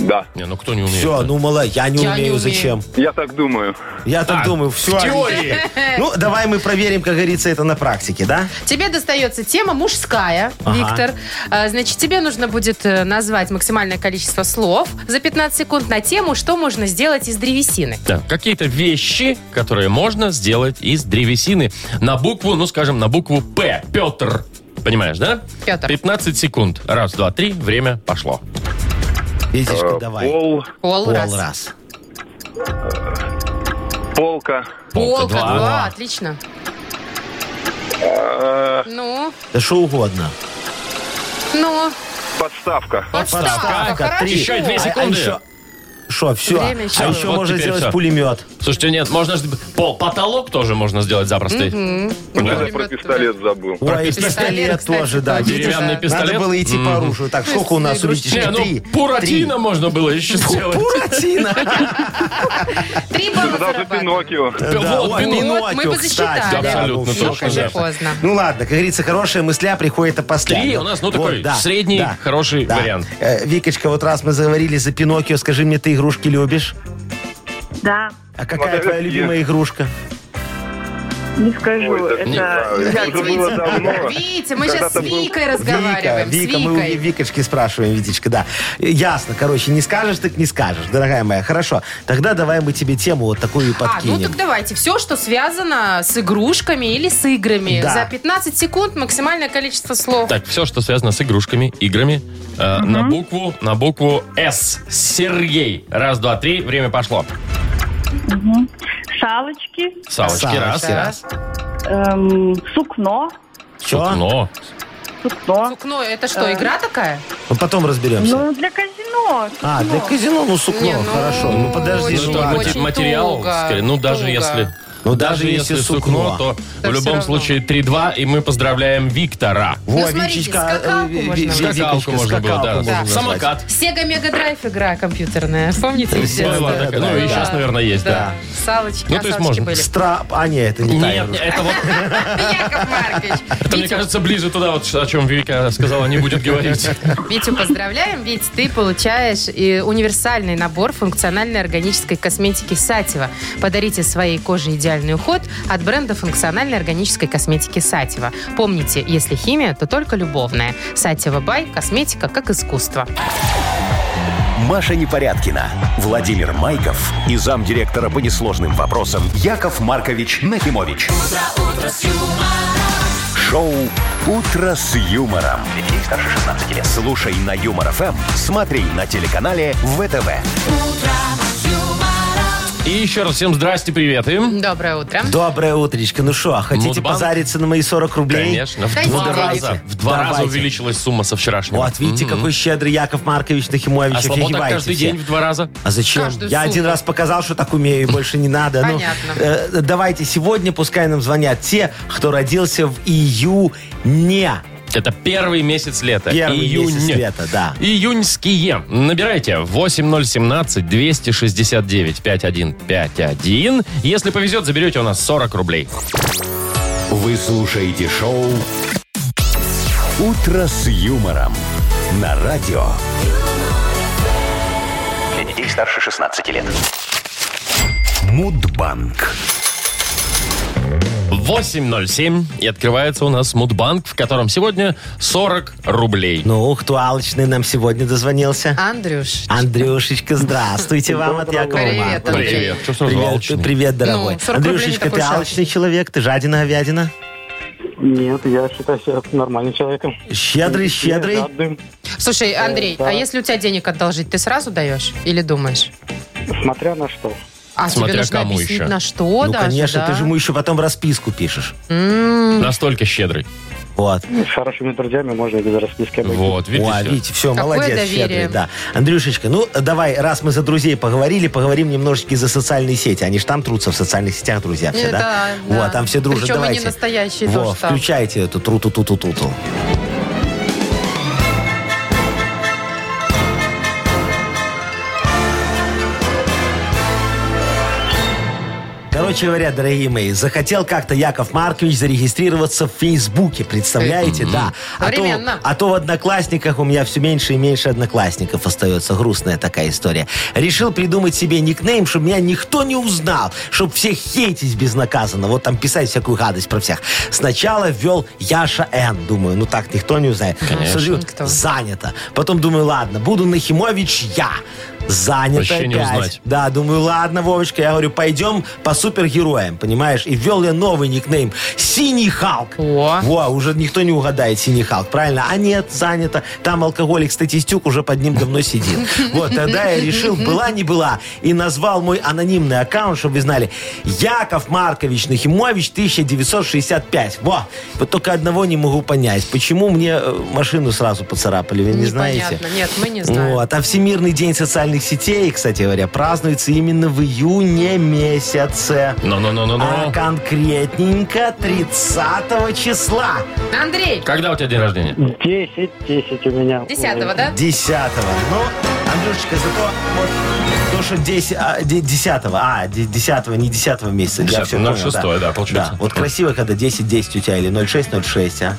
Speaker 5: Да.
Speaker 2: Не, ну кто не умеет?
Speaker 4: Все,
Speaker 2: да?
Speaker 4: ну мало, я не
Speaker 3: Я не
Speaker 4: умею,
Speaker 3: умею.
Speaker 4: зачем?
Speaker 5: Я так думаю.
Speaker 4: Я так
Speaker 2: А,
Speaker 4: думаю, все.
Speaker 2: в теории.
Speaker 4: Ну, давай мы проверим, как говорится, это на практике, да?
Speaker 3: Тебе достается тема мужская,
Speaker 4: Ага.
Speaker 3: Виктор. А, Значит, тебе нужно будет э, назвать максимальное количество слов за 15 секунд на тему, что можно сделать из древесины.
Speaker 2: Да, какие-то вещи, которые можно сделать из древесины на букву, ну, скажем, на букву П. Петр. Понимаешь, да?
Speaker 3: Петр.
Speaker 2: 15 секунд. Раз, два, три. Время пошло.
Speaker 4: Витечка, давай.
Speaker 5: Пол,
Speaker 3: Пол,
Speaker 4: Пол
Speaker 3: раз.
Speaker 4: раз.
Speaker 5: полка.
Speaker 3: Полка,
Speaker 2: Полка,
Speaker 3: два.
Speaker 2: два.
Speaker 3: Отлично.
Speaker 5: Э,
Speaker 3: Ну,
Speaker 4: Да что угодно.
Speaker 3: ну,
Speaker 5: Подставка.
Speaker 3: подставка.
Speaker 4: Подставка,
Speaker 3: Хорошо.
Speaker 4: три. А,
Speaker 2: Еще две секунды.
Speaker 4: еще- хорошо, все.
Speaker 3: Время еще.
Speaker 4: а еще
Speaker 2: Вот
Speaker 4: можно
Speaker 2: теперь
Speaker 4: сделать
Speaker 2: всё.
Speaker 4: пулемет.
Speaker 2: Слушайте, нет, можно же... Пол, потолок тоже можно сделать запросто.
Speaker 5: Вот это
Speaker 3: Пулемет
Speaker 5: про пистолет забыл.
Speaker 4: Ой,
Speaker 2: пистолет,
Speaker 4: пистолет
Speaker 3: кстати,
Speaker 4: тоже, да.
Speaker 3: точно.
Speaker 4: видите?
Speaker 2: Деревянный пистолет?
Speaker 4: Надо было идти по оружию. Так, сколько у нас,
Speaker 3: Игрушечные
Speaker 4: видите,
Speaker 2: Не,
Speaker 4: три?
Speaker 2: ну, Буратино можно было еще сделать.
Speaker 4: Буратино.
Speaker 5: ну,
Speaker 3: Три балла
Speaker 5: Даже
Speaker 3: зарабатываем.
Speaker 5: Пиноккио.
Speaker 4: Да,
Speaker 2: вот,
Speaker 4: ой,
Speaker 2: Пиноккио,
Speaker 3: Вот, мы бы
Speaker 4: кстати,
Speaker 3: засчитали.
Speaker 4: да,
Speaker 2: Абсолютно
Speaker 4: ну всё,
Speaker 2: точно,
Speaker 3: Как же
Speaker 2: да.
Speaker 4: конечно.
Speaker 3: поздно.
Speaker 4: Ну ладно, как говорится, хорошая мысля приходит опосля.
Speaker 2: Три, у нас, ну, такой средний, хороший вариант.
Speaker 4: Э, Викочка, вот раз мы заговорили за Пиноккио, скажи мне, ты игрушки любишь?
Speaker 7: Да,
Speaker 4: А какая
Speaker 5: это
Speaker 4: твоя
Speaker 5: я.
Speaker 4: любимая игрушка?
Speaker 7: не скажу.
Speaker 5: Ой, это
Speaker 7: это
Speaker 5: не знаю.
Speaker 7: я
Speaker 5: Это было давно.
Speaker 3: Видите, мы сейчас с
Speaker 5: Когда-то был-
Speaker 3: Викой разговариваем.
Speaker 4: Вика,
Speaker 3: с
Speaker 4: Вика, мы у
Speaker 3: Викой.
Speaker 4: Викочки спрашиваем, Витечка, да. Э, Ясно, короче, не скажешь, так не скажешь, дорогая моя. Хорошо, тогда давай мы тебе тему вот такую и
Speaker 3: А, ну так
Speaker 4: подкинем.
Speaker 3: давайте. Все, что связано с игрушками или с играми.
Speaker 4: Да.
Speaker 3: За 15 секунд максимальное количество слов.
Speaker 2: Так, все, что связано с игрушками, играми, э, на букву, на букву С. Сергей. Раз, два, три, время пошло.
Speaker 7: Шалочки,
Speaker 2: Салочки,
Speaker 4: Салочки,
Speaker 2: раз.
Speaker 3: Раз.
Speaker 7: эм, сукно,
Speaker 4: Чё?
Speaker 2: Сукно. Ну,
Speaker 7: сукно.
Speaker 3: Сукно, это
Speaker 2: Э.
Speaker 3: что, игра такая?
Speaker 4: Ну, потом разберемся.
Speaker 7: Ну, для казино.
Speaker 4: а, для казино, ну, сукно,
Speaker 3: Не, ну,
Speaker 4: хорошо. Ну, подожди,
Speaker 3: очень
Speaker 4: ну,
Speaker 2: это
Speaker 4: ладно.
Speaker 2: мати-
Speaker 3: Очень
Speaker 2: материал,
Speaker 3: туго,
Speaker 2: скорее. ну даже
Speaker 3: туго.
Speaker 2: если...
Speaker 4: Ну, даже если сукно,
Speaker 2: то
Speaker 3: то
Speaker 2: в
Speaker 3: всё
Speaker 2: любом
Speaker 3: равно.
Speaker 2: случае 3-2, и мы поздравляем Виктора.
Speaker 4: Во,
Speaker 3: Ну, смотрите, скакалку
Speaker 4: э, Ви-
Speaker 3: можно.
Speaker 4: Ви-
Speaker 3: Скакалку
Speaker 2: Скакалку
Speaker 4: Викочка,
Speaker 2: можно было,
Speaker 4: скакалку
Speaker 2: да.
Speaker 4: можно назвать.
Speaker 2: Самокат.
Speaker 3: Sega Mega Drive игра компьютерная. Помните? из детства?
Speaker 2: Э, Была такая,
Speaker 4: да,
Speaker 2: ну и
Speaker 4: да.
Speaker 2: сейчас, наверное, есть, да.
Speaker 3: Салочки,
Speaker 2: Ну, то есть
Speaker 3: красавчики
Speaker 2: можно.
Speaker 3: были.
Speaker 4: Стра... А, нет, это не та
Speaker 2: Нет,
Speaker 4: игрушка.
Speaker 2: это вот,
Speaker 3: Яков Маркович.
Speaker 2: это, мне
Speaker 3: Витю,
Speaker 2: кажется, ближе туда, вот о чем Вика сказала, не будет говорить.
Speaker 3: Витю, поздравляем. Вить, ты получаешь и универсальный набор функциональной органической косметики Сатева. Подарите своей коже идеальный уход от бренда функциональной органической косметики Сатева. Помните, если химия, то только любовная. Сатева Бай. Косметика как искусство.
Speaker 1: Маша Непорядкина, Владимир Майков и замдиректора по несложным вопросам Яков Маркович Нахимович. Шоу Утро с юмором. Детей старше 16 лет. Слушай на юмор ФМ, смотри на телеканале ВТВ.
Speaker 2: И еще раз всем здрасте, привет им.
Speaker 3: Доброе утро.
Speaker 4: Доброе утречко. Ну что, хотите
Speaker 2: Мудбанк?
Speaker 4: позариться на мои 40 рублей?
Speaker 2: Конечно, в
Speaker 3: Дайте
Speaker 2: два
Speaker 3: денег.
Speaker 2: раза, в два раза
Speaker 4: Давайте.
Speaker 2: увеличилась сумма со вчерашнего.
Speaker 4: Вот, видите,
Speaker 2: М.
Speaker 4: какой щедрый Яков Маркович Нахимович.
Speaker 2: А слабо так
Speaker 4: Офигеваете
Speaker 2: каждый
Speaker 4: все.
Speaker 2: день в два раза.
Speaker 4: А зачем?
Speaker 3: Каждую
Speaker 4: Я
Speaker 3: сутки.
Speaker 4: один раз показал, что так умею, и больше не надо. Ну,
Speaker 3: Понятно.
Speaker 4: э, давайте сегодня, пускай нам звонят те, кто родился в июне.
Speaker 2: Это первый месяц лета.
Speaker 4: Первый
Speaker 2: июнь.
Speaker 4: месяц лета, да.
Speaker 2: Июньские. Набирайте 8017-269-5151. Если повезет, заберете у нас 40 рублей.
Speaker 1: Вы слушаете шоу Утро с юмором на радио.
Speaker 8: Для детей старше 16 лет.
Speaker 1: Мудбанк.
Speaker 2: 8.07. И открывается у нас Мудбанк, в котором сегодня 40 рублей.
Speaker 4: Ну, кто алчный нам сегодня дозвонился?
Speaker 3: Андрюш,
Speaker 4: Андрюшечка, здравствуйте вам от Якова
Speaker 3: А. Привет,
Speaker 4: Марковича.
Speaker 3: Андрей.
Speaker 2: Привет. Что сразу
Speaker 4: Привет,
Speaker 2: алчный?
Speaker 4: привет, дорогой.
Speaker 3: Ну, 40 рублей не
Speaker 4: Андрюшечка,
Speaker 3: такой
Speaker 4: ты
Speaker 3: шаг.
Speaker 4: алчный человек, ты жадина говядина?
Speaker 6: Нет, я считаю себя нормальным человеком.
Speaker 4: Щедрый, щедрый.
Speaker 6: Жадным.
Speaker 3: Слушай, Андрей,
Speaker 6: да.
Speaker 3: а если у тебя денег одолжить, ты сразу даешь или думаешь?
Speaker 6: Смотря на что.
Speaker 3: А
Speaker 2: Смотря
Speaker 3: тебе нужно
Speaker 2: кому
Speaker 3: объяснить,
Speaker 2: еще.
Speaker 3: на что
Speaker 4: ну,
Speaker 3: даже,
Speaker 4: конечно,
Speaker 3: да?
Speaker 4: ты же ему еще потом расписку пишешь.
Speaker 3: М,
Speaker 2: Настолько щедрый.
Speaker 4: Вот.
Speaker 6: С хорошими друзьями можно и без расписки обойтись.
Speaker 2: Вот, видите?
Speaker 4: О, видите, все,
Speaker 3: Какое
Speaker 4: молодец,
Speaker 3: доверие.
Speaker 4: щедрый, да. Андрюшечка, ну давай, раз мы за друзей поговорили, поговорим немножечко и за социальные сети. Они же там трутся в социальных сетях, друзья, все,
Speaker 3: Э,
Speaker 4: да?
Speaker 3: да, да.
Speaker 4: Вот, там все дружат,
Speaker 3: Причем они
Speaker 4: давайте.
Speaker 3: настоящие
Speaker 4: Во,
Speaker 3: тоже там.
Speaker 4: включайте эту тру ту ту ту ту ту Короче говоря, дорогие мои, захотел как-то Яков Маркович зарегистрироваться в Фейсбуке, представляете, да. А то,
Speaker 3: Современно.
Speaker 4: а то в Одноклассниках у меня все меньше и меньше Одноклассников остается. Грустная такая история. Решил придумать себе никнейм, чтобы меня никто не узнал, чтобы все хейтить безнаказанно, вот там писать всякую гадость про всех. Сначала ввел Яша Н, думаю, ну так никто не узнает. Смотрю,
Speaker 3: Никто.
Speaker 4: занято. Потом думаю, ладно, буду Нахимович я. Занято
Speaker 2: Вообще не
Speaker 4: опять.
Speaker 2: узнать.
Speaker 4: Да, думаю, ладно, Вовочка, я говорю, пойдем по супергероем, понимаешь? И ввел я новый никнейм Синий Халк.
Speaker 3: О.
Speaker 4: Во, уже никто не угадает Синий Халк, правильно? А нет, занято. Там алкоголик статистюк уже под ним давно сидит. Вот, тогда я решил, была не была, и назвал мой анонимный аккаунт, чтобы вы знали, Яков Маркович Нахимович 1965. Во, вот только одного не могу понять, почему мне э, машину сразу поцарапали, вы не знаете?
Speaker 3: Непонятно. Нет, мы не знаем.
Speaker 4: Вот. А Всемирный день социальных сетей, кстати говоря, празднуется именно в июне месяце. А
Speaker 2: Ну-ну-ну-ну-ну.
Speaker 4: конкретненько 30 числа.
Speaker 3: Андрей,
Speaker 2: Когда у тебя день рождения?
Speaker 6: 10, 10 у меня.
Speaker 3: 10 да?
Speaker 4: 10 Ну, Андрюшечка, зато вот то, что 10, а, 10 а, 10 не 10 месяца. я
Speaker 2: 10-го,
Speaker 4: всё
Speaker 2: ну,
Speaker 4: понял,
Speaker 2: 6-е, да, получается.
Speaker 4: Да, вот красиво, когда 10-10 у тебя или 0,6-0,6, а.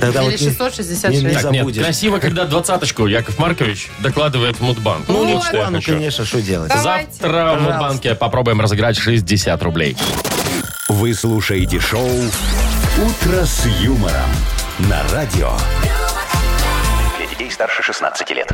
Speaker 4: Тогда
Speaker 3: Или
Speaker 4: вот не-
Speaker 3: 666.
Speaker 4: не- не
Speaker 2: Так, нет,
Speaker 4: забудешь.
Speaker 2: красиво, когда двадцаточку Яков Маркович докладывает в Мудбанк.
Speaker 3: Ну,
Speaker 2: Вот
Speaker 3: ну,
Speaker 2: что я
Speaker 4: Ну,
Speaker 2: хочу.
Speaker 4: конечно, что делать?
Speaker 3: Давайте.
Speaker 2: Завтра в Мудбанке попробуем разыграть 60 рублей.
Speaker 1: Вы слушаете шоу «Утро с юмором» на радио.
Speaker 8: Для детей старше 16 лет.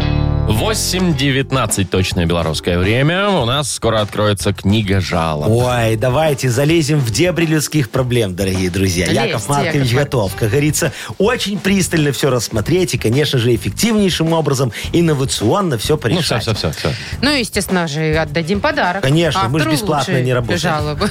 Speaker 2: 8.19 точное белорусское время. У нас скоро откроется книга жалоб.
Speaker 4: Ой, давайте залезем в дебри людских проблем, дорогие друзья.
Speaker 3: Лезьте,
Speaker 4: Яков Маркович
Speaker 3: Яков Маркович.
Speaker 4: готов, как говорится, очень пристально все рассмотреть и, конечно же, эффективнейшим образом, инновационно все
Speaker 2: Ну, все,
Speaker 4: порешать.
Speaker 2: все, все, все.
Speaker 3: Ну, естественно же, отдадим подарок.
Speaker 4: Конечно, мы ж
Speaker 3: Автору
Speaker 4: бесплатно
Speaker 3: лучшей
Speaker 4: не работаем.
Speaker 3: Жалобы.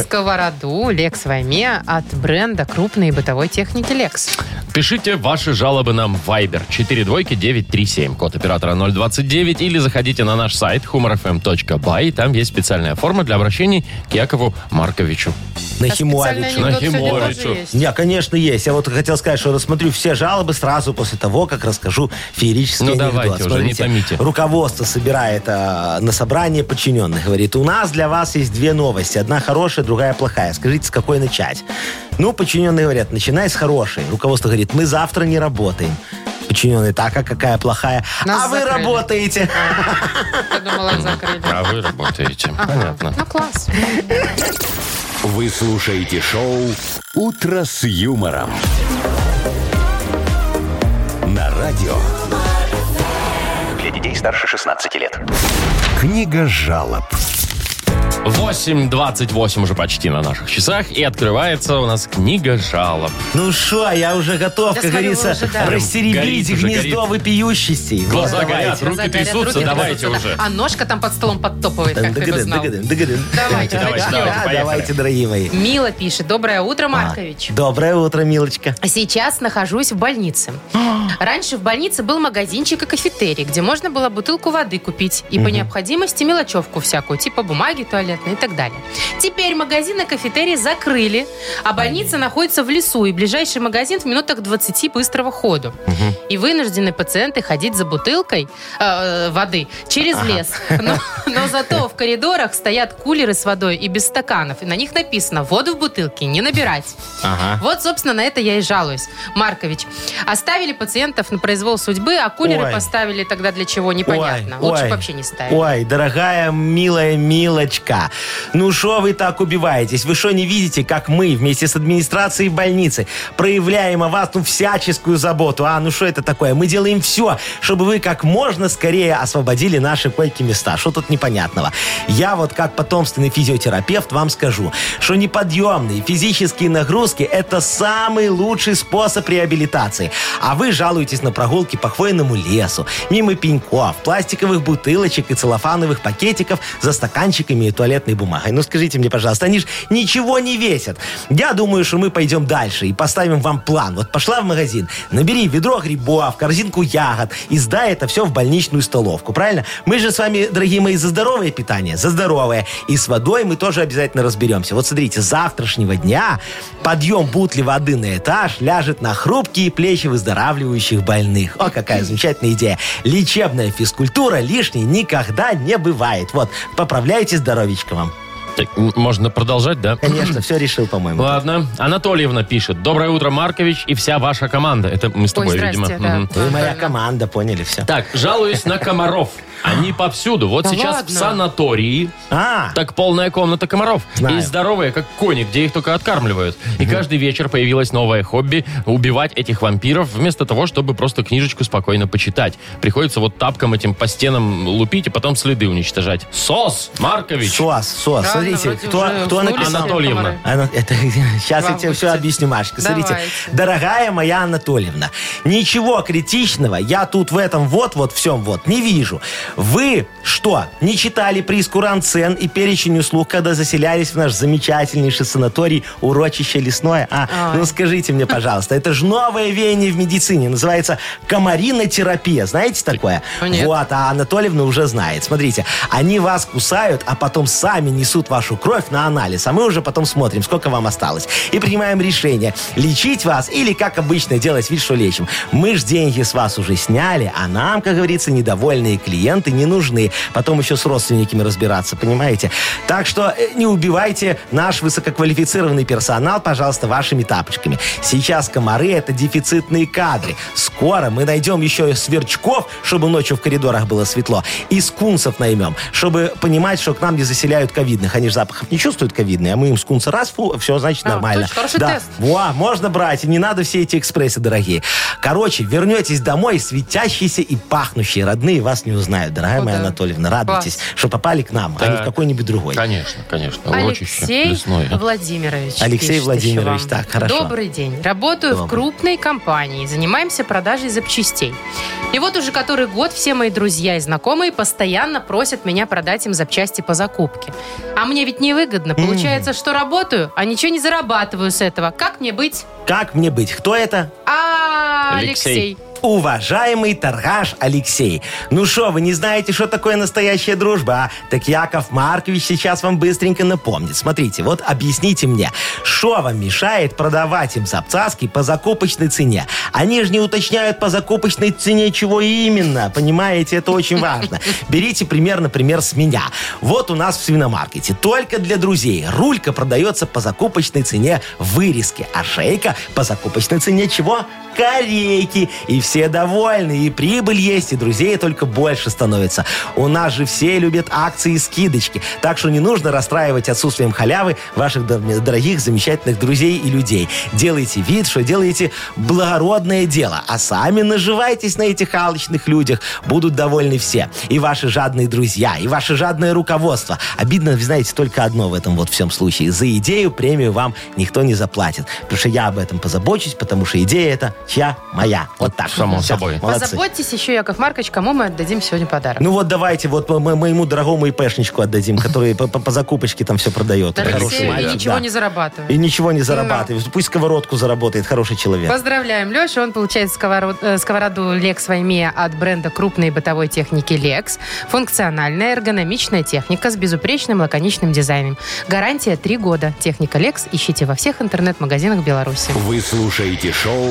Speaker 3: Сковороду Лекс Вайме от бренда крупной бытовой техники Лекс.
Speaker 2: Пишите ваши жалобы нам в Viber 42937, код оператора 029, или заходите на наш сайт humorfm.by, там есть специальная форма для обращений к Якову Марковичу.
Speaker 4: Нахимович.
Speaker 2: специально Нахимовичу.
Speaker 4: Не, конечно, есть. Я вот хотел сказать, что рассмотрю все жалобы сразу после того, как расскажу феерический
Speaker 2: Ну,
Speaker 4: анекдот.
Speaker 2: давайте уже, не томите.
Speaker 4: Руководство собирает а, на собрание подчиненных. Говорит, у нас для вас есть две новости. Одна хорошая, другая плохая. Скажите, с какой начать? Ну, подчиненные говорят, начинай с хорошей. Руководство говорит, мы завтра не работаем. Подчиненные, так, а какая плохая?
Speaker 3: Нас
Speaker 4: а вы
Speaker 3: закрыли.
Speaker 4: работаете.
Speaker 3: Подумала, закрыли.
Speaker 2: А вы работаете. Понятно.
Speaker 3: Ну, класс.
Speaker 1: Вы слушаете шоу «Утро с юмором» на радио.
Speaker 8: Для детей старше 16 лет.
Speaker 1: Книга жалоб.
Speaker 2: 8.28 уже почти на наших часах, и открывается у нас книга жалоб.
Speaker 4: Ну что, я уже готов,
Speaker 3: Я
Speaker 4: как
Speaker 3: смотрю, вы
Speaker 4: говорится,
Speaker 3: уже, да.
Speaker 4: растеребить
Speaker 2: Горит уже,
Speaker 4: гнездо
Speaker 2: горит.
Speaker 4: вопиющестей. Вот,
Speaker 2: Глаза
Speaker 4: давайте.
Speaker 2: горят, руки
Speaker 3: Загорят
Speaker 2: трясутся,
Speaker 3: руки,
Speaker 2: давайте
Speaker 3: трясутся.
Speaker 2: уже.
Speaker 3: А ножка там под столом подтопывает, как ты бы
Speaker 4: Дыгадын,
Speaker 3: знал.
Speaker 4: дыгадын, дыгадын.
Speaker 2: Давайте,
Speaker 3: Давайте, начнем.
Speaker 2: давайте,
Speaker 4: Да,
Speaker 2: поехали.
Speaker 4: Давайте, дорогие мои.
Speaker 3: Мила пишет. Доброе утро, Маркович.
Speaker 4: А, Доброе утро, Милочка.
Speaker 3: Сейчас нахожусь в больнице. Раньше в больнице был магазинчик и кафетерий, где можно было бутылку воды купить и по необходимости мелочевку всякую, типа бумаги туалетной и так далее. Теперь магазин и кафетерий закрыли, а больница находится в лесу, и ближайший магазин в минутах 20 быстрого ходу. И вынуждены пациенты ходить за бутылкой э, воды через лес. Но, но зато в коридорах стоят кулеры с водой и без стаканов, и на них написано «Воду в бутылке не набирать». Вот, собственно, на это я и жалуюсь. Маркович, оставили пациентов на произвол судьбы, а кулеры
Speaker 4: Ой.
Speaker 3: поставили тогда для чего, непонятно.
Speaker 4: Ой,
Speaker 3: Лучше
Speaker 4: ой.
Speaker 3: б вообще не ставили.
Speaker 4: Ой, дорогая, милая Милочка, ну что вы так убиваетесь? Вы что, не видите, как мы вместе с администрацией больницы проявляем о вас ну, всяческую заботу? А, ну что это такое? Мы делаем все, чтобы вы как можно скорее освободили наши койки места. Что тут непонятного? Я вот как потомственный физиотерапевт вам скажу, что неподъемные физические нагрузки – это самый лучший способ реабилитации. А вы жалуетесь на прогулки по хвойному лесу, мимо пеньков, пластиковых бутылочек и целлофановых пакетиков за стаканчиками и туалетной бумагой. Ну скажите мне, пожалуйста, они же ничего не весят. Я думаю, что мы пойдем дальше и поставим вам план. Вот пошла в магазин, набери ведро грибов, корзинку ягод и сдай это все в больничную столовку, правильно? Мы же с вами, дорогие мои, за здоровое питание, за здоровое. И с водой мы тоже обязательно разберемся. Вот смотрите, с завтрашнего дня подъем бутли воды на этаж ляжет на хрупкие плечи выздоравливающих больных. О, какая замечательная идея. Лечебная физкультура лишней никогда не бывает. Вот, поправляйте здоровечко вам.
Speaker 2: Так, Э, м, можно продолжать, да?
Speaker 4: Конечно, все решил, по-моему.
Speaker 2: Ладно. Анатольевна пишет. Доброе утро, Маркович и вся ваша команда. Это мы с
Speaker 3: Ой,
Speaker 2: тобой, видимо.
Speaker 3: здрасте, да.
Speaker 2: Мгм.
Speaker 4: Вы моя
Speaker 3: Правильно.
Speaker 4: команда, поняли все.
Speaker 2: Так, жалуюсь на комаров. Они повсюду. Вот
Speaker 3: Да
Speaker 2: сейчас
Speaker 3: ладно?
Speaker 2: в санатории
Speaker 4: А,
Speaker 2: так полная комната комаров.
Speaker 4: Знаю.
Speaker 2: И здоровые, как кони, где их только откармливают. И каждый вечер появилось новое хобби – убивать этих вампиров, вместо того, чтобы просто книжечку спокойно почитать. Приходится вот тапком этим по стенам лупить и потом следы уничтожать. Сос Маркович!
Speaker 4: сос, сос.
Speaker 3: Да,
Speaker 4: Смотрите,
Speaker 3: вроде
Speaker 4: кто,
Speaker 3: уже
Speaker 4: кто
Speaker 3: внули
Speaker 4: написал?
Speaker 3: все
Speaker 2: Анатольевна.
Speaker 3: комары.
Speaker 4: Она- А, ну, это- сейчас я
Speaker 3: Вам
Speaker 4: тебе все
Speaker 3: будет.
Speaker 4: объясню, Машечка. Смотрите,
Speaker 3: Давайте.
Speaker 4: дорогая моя Анатольевна, ничего критичного я тут в этом вот-вот всем вот не вижу. Вы что, не читали прискуран цен и перечень услуг, когда заселялись в наш замечательнейший санаторий урочище лесное? А,
Speaker 3: Ой.
Speaker 4: ну скажите мне, пожалуйста, это же новое веяние в медицине, называется комаринотерапия, знаете такое?
Speaker 3: Ну, нет.
Speaker 4: Вот, а Анатольевна уже знает. Смотрите, они вас кусают, а потом сами несут вашу кровь на анализ, а мы уже потом смотрим, сколько вам осталось. И принимаем решение, лечить вас или, как обычно, делать вид, что лечим. Мы ж деньги с вас уже сняли, а нам, как говорится, недовольные клиенты не нужны. Потом еще с родственниками разбираться, понимаете? Так что э, не убивайте наш высококвалифицированный персонал, пожалуйста, вашими тапочками. Сейчас комары — это дефицитные кадры. Скоро мы найдем еще и сверчков, чтобы ночью в коридорах было светло, и скунсов наймем, чтобы понимать, что к нам не заселяют ковидных. Они же запахов не чувствуют ковидные, а мы им скунса раз, фу, все, значит,
Speaker 3: А,
Speaker 4: нормально.
Speaker 3: точно, хороший
Speaker 4: да.
Speaker 3: тест.
Speaker 4: Во, можно брать, и не надо все эти экспрессы дорогие. Короче, вернетесь домой, светящиеся и пахнущие. Родные вас не узнают, дорогая
Speaker 3: О,
Speaker 4: моя
Speaker 3: да.
Speaker 4: Анатольевна. Радуйтесь, что попали к нам, а не
Speaker 2: Так.
Speaker 4: в какой-нибудь другой.
Speaker 2: Конечно, конечно. Урочище
Speaker 3: Алексей
Speaker 2: лесное.
Speaker 3: Владимирович.
Speaker 4: Алексей
Speaker 3: пишет
Speaker 4: Владимирович,
Speaker 3: еще вам.
Speaker 4: так, хорошо.
Speaker 3: Добрый день. Работаю в
Speaker 4: Добрый.
Speaker 3: крупной компании. Занимаемся продажей запчастей. И вот уже который год все мои друзья и знакомые постоянно просят меня продать им запчасти по закупке. А мне ведь невыгодно. Получается, что работаю, а ничего не зарабатываю с этого. Как мне быть?
Speaker 4: Как мне быть? Кто это?
Speaker 3: А,
Speaker 2: Алексей.
Speaker 3: Алексей.
Speaker 4: Уважаемый торгаш Алексей, ну что, вы не знаете, что такое настоящая дружба, а? Так Яков Маркович сейчас вам быстренько напомнит. Смотрите, вот объясните мне, что вам мешает продавать им запцаски по закупочной цене? Они же не уточняют по закупочной цене, чего именно, понимаете? Это очень важно. Берите пример, например, с меня. Вот у нас в свиномаркете только для друзей рулька продается по закупочной цене вырезки, а шейка по закупочной цене чего? корейки. И все довольны, и прибыль есть, и друзей только больше становится. У нас же все любят акции и скидочки. Так что не нужно расстраивать отсутствием халявы ваших дор- дорогих, замечательных друзей и людей. Делайте вид, что делаете благородное дело, а сами наживайтесь на этих алчных людях. Будут довольны все. И ваши жадные друзья, и ваше жадное руководство. Обидно, вы знаете, только одно в этом вот всем случае. За идею премию вам никто не заплатит. Потому что я об этом позабочусь, потому что идея эта чья? Моя. Вот так.
Speaker 2: само
Speaker 4: Всё,
Speaker 2: собой.
Speaker 4: Молодцы.
Speaker 3: Позаботьтесь еще, Яков Маркович, кому мы отдадим сегодня подарок.
Speaker 4: Ну вот давайте вот мо- мо- моему дорогому ИПшничку отдадим, который по, по- по закупочке там все продает.
Speaker 3: Даже
Speaker 4: Хороший
Speaker 3: если
Speaker 4: мальчик,
Speaker 3: ничего
Speaker 4: да.
Speaker 3: не зарабатываю.
Speaker 4: И ничего не зарабатывает. Пусть сковородку заработает, хороший человек.
Speaker 3: Поздравляем Лешу. Он получает сковород- э, сковороду Lex Ваймея от бренда крупной бытовой техники Lex. Функциональная эргономичная техника с безупречным лаконичным дизайном. Гарантия 3 года. Техника Lex ищите во всех интернет-магазинах Беларуси.
Speaker 1: Вы слушаете шоу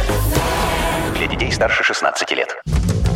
Speaker 8: Для детей старше 16 лет.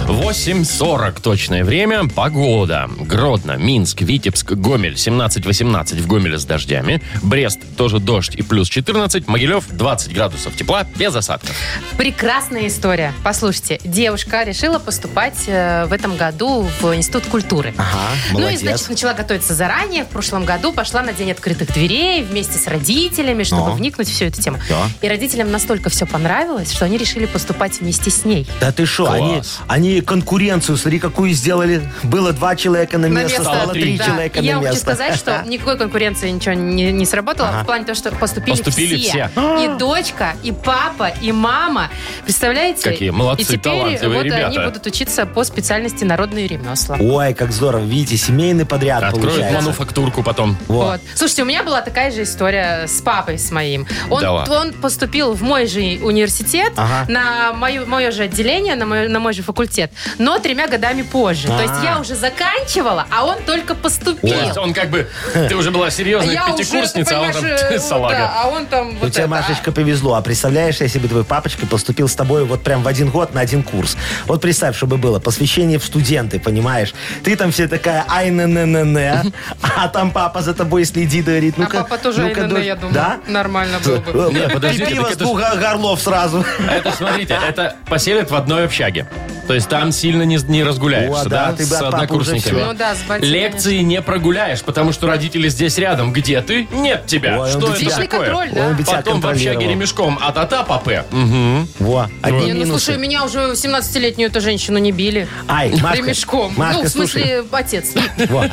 Speaker 2: 8.40 точное время. Погода. Гродно, Минск, Витебск, Гомель 17-18 в Гомеле с дождями. Брест тоже дождь и плюс 14. Могилев 20 градусов тепла без осадков.
Speaker 3: Прекрасная история. Послушайте, девушка решила поступать э, в этом году в Институт культуры.
Speaker 4: Ага, молодец.
Speaker 3: Ну и, значит, начала готовиться заранее. В прошлом году пошла на День открытых дверей вместе с родителями, чтобы
Speaker 4: Ну.
Speaker 3: вникнуть в всю эту тему.
Speaker 4: Да.
Speaker 3: И родителям настолько все понравилось, что они решили поступать вместе с ней.
Speaker 4: Да ты что, они,
Speaker 2: Класс.
Speaker 4: они конкуренцию, смотри, какую сделали. Было два человека на место, стало три
Speaker 2: три.
Speaker 3: да.
Speaker 4: человека
Speaker 3: И Я
Speaker 4: на
Speaker 3: вам хочу
Speaker 4: место.
Speaker 3: сказать, что никакой конкуренции ничего не, не сработало. В плане того, что поступили,
Speaker 2: Поступили все.
Speaker 3: И дочка, и папа, и мама. Представляете?
Speaker 2: Какие молодцы,
Speaker 3: И теперь
Speaker 2: талантливые
Speaker 3: вот они
Speaker 2: ребята.
Speaker 3: будут учиться по специальности народные ремесла.
Speaker 4: Ой, как здорово. Видите, семейный подряд
Speaker 2: Откроют
Speaker 4: получается.
Speaker 2: мануфактурку потом.
Speaker 4: Вот.
Speaker 3: Вот. Слушайте, у меня была такая же история с папой с моим. Он,
Speaker 2: Да ладно.
Speaker 3: он поступил в мой же университет,
Speaker 4: Ага.
Speaker 3: на мою, мое же отделение, на мой, на мой же факультет. лет, но тремя годами позже. То
Speaker 4: А.
Speaker 3: есть я уже заканчивала, а он только
Speaker 2: То
Speaker 3: поступил.
Speaker 2: есть он как бы... Ты уже была серьезная
Speaker 3: Я уже,
Speaker 2: пятикурсница, а он
Speaker 3: понимаешь, э,
Speaker 2: там
Speaker 3: да,
Speaker 2: салага.
Speaker 3: а он там
Speaker 4: У
Speaker 3: вот это,
Speaker 4: тебя,
Speaker 3: а-
Speaker 4: Машечка, повезло. А представляешь, если бы твой папочка поступил с тобой вот прям в один год на один курс. Вот представь, чтобы было посвящение в студенты, понимаешь? Ты там все такая ай не не не не а там папа за тобой следит и говорит,
Speaker 3: А
Speaker 4: ну-ка,
Speaker 3: папа тоже
Speaker 4: ну-ка,
Speaker 3: АНН,
Speaker 4: дочь».
Speaker 3: я думаю.
Speaker 4: Да? Э,
Speaker 3: Нормально было бы.
Speaker 2: Не, подождите,
Speaker 4: Пиво
Speaker 2: так
Speaker 4: с
Speaker 2: это ж-
Speaker 4: двух горлов сразу.
Speaker 2: Это, смотрите, это поселят в одной общаге. То есть там сильно не, не разгуляешься,
Speaker 4: О,
Speaker 2: да,
Speaker 4: да, ты бы
Speaker 2: с
Speaker 4: от папы
Speaker 2: однокурсниками.
Speaker 4: уже всё.
Speaker 3: Ну да, с ботинками.
Speaker 2: Лекции не прогуляешь, потому что родители здесь рядом. Где ты? Нет тебя.
Speaker 4: Ой, он
Speaker 2: что
Speaker 4: бы
Speaker 2: это
Speaker 4: тебя-
Speaker 3: Личный
Speaker 2: такое?
Speaker 3: контроль, да.
Speaker 4: Он бы тебя
Speaker 2: Потом в общаге
Speaker 4: контролировал.
Speaker 2: ремешком а та та папе.
Speaker 4: Во,
Speaker 3: Не,
Speaker 4: одни
Speaker 3: ну слушай,
Speaker 4: минусы.
Speaker 3: меня уже 17-летнюю эту женщину не били.
Speaker 4: Ай, Машка,
Speaker 3: Ремешком.
Speaker 4: Машка,
Speaker 3: ну, в
Speaker 4: слушай.
Speaker 3: смысле, отец.
Speaker 4: Во.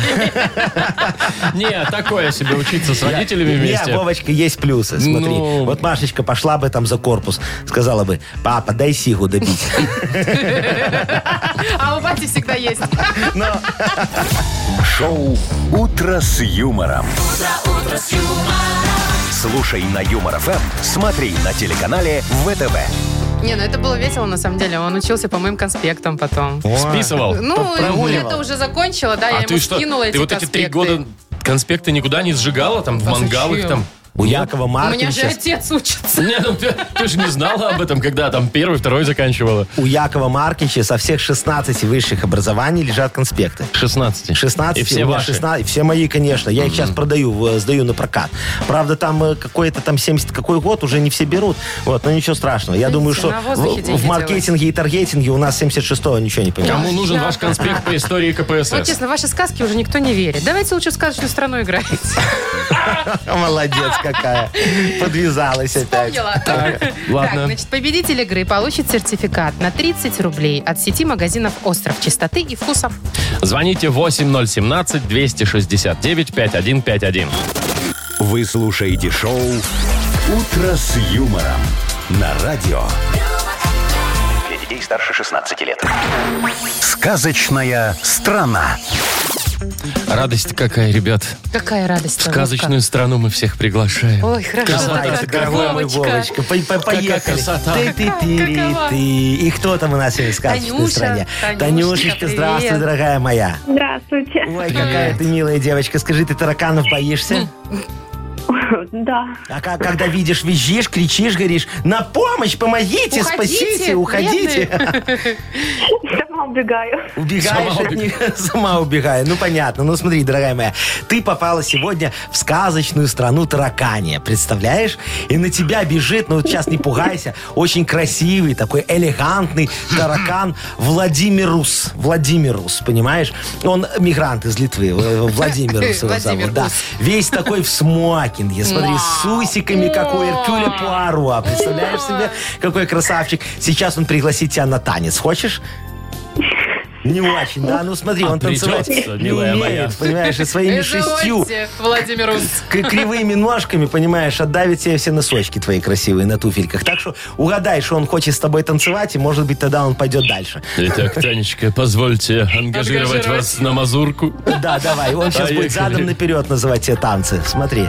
Speaker 2: Не, такое себе учиться с родителями
Speaker 4: Не,
Speaker 2: вместе.
Speaker 4: Вовочка, есть плюсы, смотри.
Speaker 2: Ну.
Speaker 4: Вот Машечка пошла бы там за корпус, сказала бы, папа, дай сигу добить.
Speaker 3: А у бати всегда есть.
Speaker 1: Шоу «Утро с юмором». Слушай на Юмор ФМ, смотри на телеканале ВТВ.
Speaker 3: Не, ну это было весело на самом деле. Он учился по моим конспектам потом.
Speaker 2: Списывал.
Speaker 3: Ну,
Speaker 4: прогуливал.
Speaker 3: это уже закончила, да, я
Speaker 2: а
Speaker 3: ему
Speaker 2: ты что?
Speaker 3: скинула эти
Speaker 2: Ты вот эти три
Speaker 3: конспекты.
Speaker 2: года конспекты никуда не сжигала, там в
Speaker 3: А
Speaker 2: мангалах
Speaker 3: зачем?
Speaker 2: там.
Speaker 4: У Якова
Speaker 3: Ну, А У меня же
Speaker 4: Марковича...
Speaker 3: отец учится.
Speaker 2: Не, ну ты, ты же не знала об этом, когда там первый, второй заканчивала.
Speaker 4: У Якова Маркича со всех 16 высших образований лежат конспекты.
Speaker 2: 16.
Speaker 4: 16,
Speaker 2: И все
Speaker 4: у меня
Speaker 2: ваши.
Speaker 4: 16 все мои, конечно. Я их сейчас продаю, в- э, сдаю на прокат. Правда, там э, какой-то там 70 какой год, уже не все берут. Вот, но ничего страшного. Я
Speaker 3: Видите,
Speaker 4: думаю, что
Speaker 3: на воздухе
Speaker 4: в,
Speaker 3: деньги
Speaker 4: в маркетинге и таргетинге у нас 76-го ничего не поменялось.
Speaker 2: Кому нужен ваш конспект по истории
Speaker 3: Вот
Speaker 2: КПСС?
Speaker 3: Ну, честно, ваши сказки уже никто не верит. Давайте лучше в сказочную страну играть.
Speaker 4: Молодец какая. Подвязалась опять.
Speaker 3: Поняла.
Speaker 2: Так,
Speaker 3: Так,
Speaker 2: ладно.
Speaker 3: значит, победитель игры получит сертификат на 30 рублей от сети магазинов «Остров чистоты и вкуса».
Speaker 2: Звоните 8017-269-5151.
Speaker 1: Вы слушаете шоу «Утро с юмором» на радио.
Speaker 8: Для детей старше 16 лет.
Speaker 1: Сказочная страна.
Speaker 2: Радость какая, ребят.
Speaker 3: Какая радость.
Speaker 2: В сказочную страну мы всех приглашаем.
Speaker 3: Ой, хорошо.
Speaker 2: Красота,
Speaker 3: так,
Speaker 4: Давайте, дорогой мой
Speaker 3: Вовочка.
Speaker 4: Вовочка, по- по- поехали.
Speaker 2: красота.
Speaker 4: Ты, ты, ты,
Speaker 3: Какова?
Speaker 4: ты. И кто там у нас сегодня в сказочной
Speaker 3: Танюша,
Speaker 4: стране?
Speaker 3: Танюшечка,
Speaker 4: Танюшечка, здравствуй,
Speaker 3: привет.
Speaker 4: дорогая моя.
Speaker 7: Здравствуйте.
Speaker 4: Ой, какая ты милая девочка. Скажи, ты тараканов боишься?
Speaker 7: Да.
Speaker 4: А ка- когда видишь, визжишь, кричишь, говоришь, на помощь, помогите,
Speaker 3: Уходите,
Speaker 4: спасите, уходите.
Speaker 3: бедные.
Speaker 7: Сама убегаю.
Speaker 4: Убегаешь
Speaker 2: Сама
Speaker 4: от них, сама убегаю. Ну, понятно. Ну, смотри, дорогая моя, ты попала сегодня в сказочную страну таракания, представляешь? И на тебя бежит, ну, вот сейчас не пугайся, очень красивый, такой элегантный таракан Владимирус. Владимирус, понимаешь? Он мигрант из Литвы, э, Владимирус его зовут, да.
Speaker 3: Владимирус.
Speaker 4: Весь такой в смокинге, смотри, с усиками, как у Эркюля Пуаруа. Представляешь себе, какой красавчик. Сейчас он пригласит тебя на танец. Хочешь? Не очень, да? Ну смотри,
Speaker 2: А
Speaker 4: он танцевать
Speaker 2: придется,
Speaker 4: не
Speaker 2: милая моя.
Speaker 4: умеет, понимаешь, и своими шестью
Speaker 3: Извольте, Владимир Ус.
Speaker 4: к- кривыми ножками, понимаешь, отдавит тебе все носочки твои красивые на туфельках. Так что угадай, что он хочет с тобой танцевать, и, может быть, тогда он пойдет дальше.
Speaker 2: Итак, Танечка, позвольте ангажировать
Speaker 3: Ангажировать.
Speaker 2: вас на мазурку.
Speaker 4: Да, давай, он сейчас будет
Speaker 2: Поехали.
Speaker 4: задом наперед называть тебе танцы. Смотри.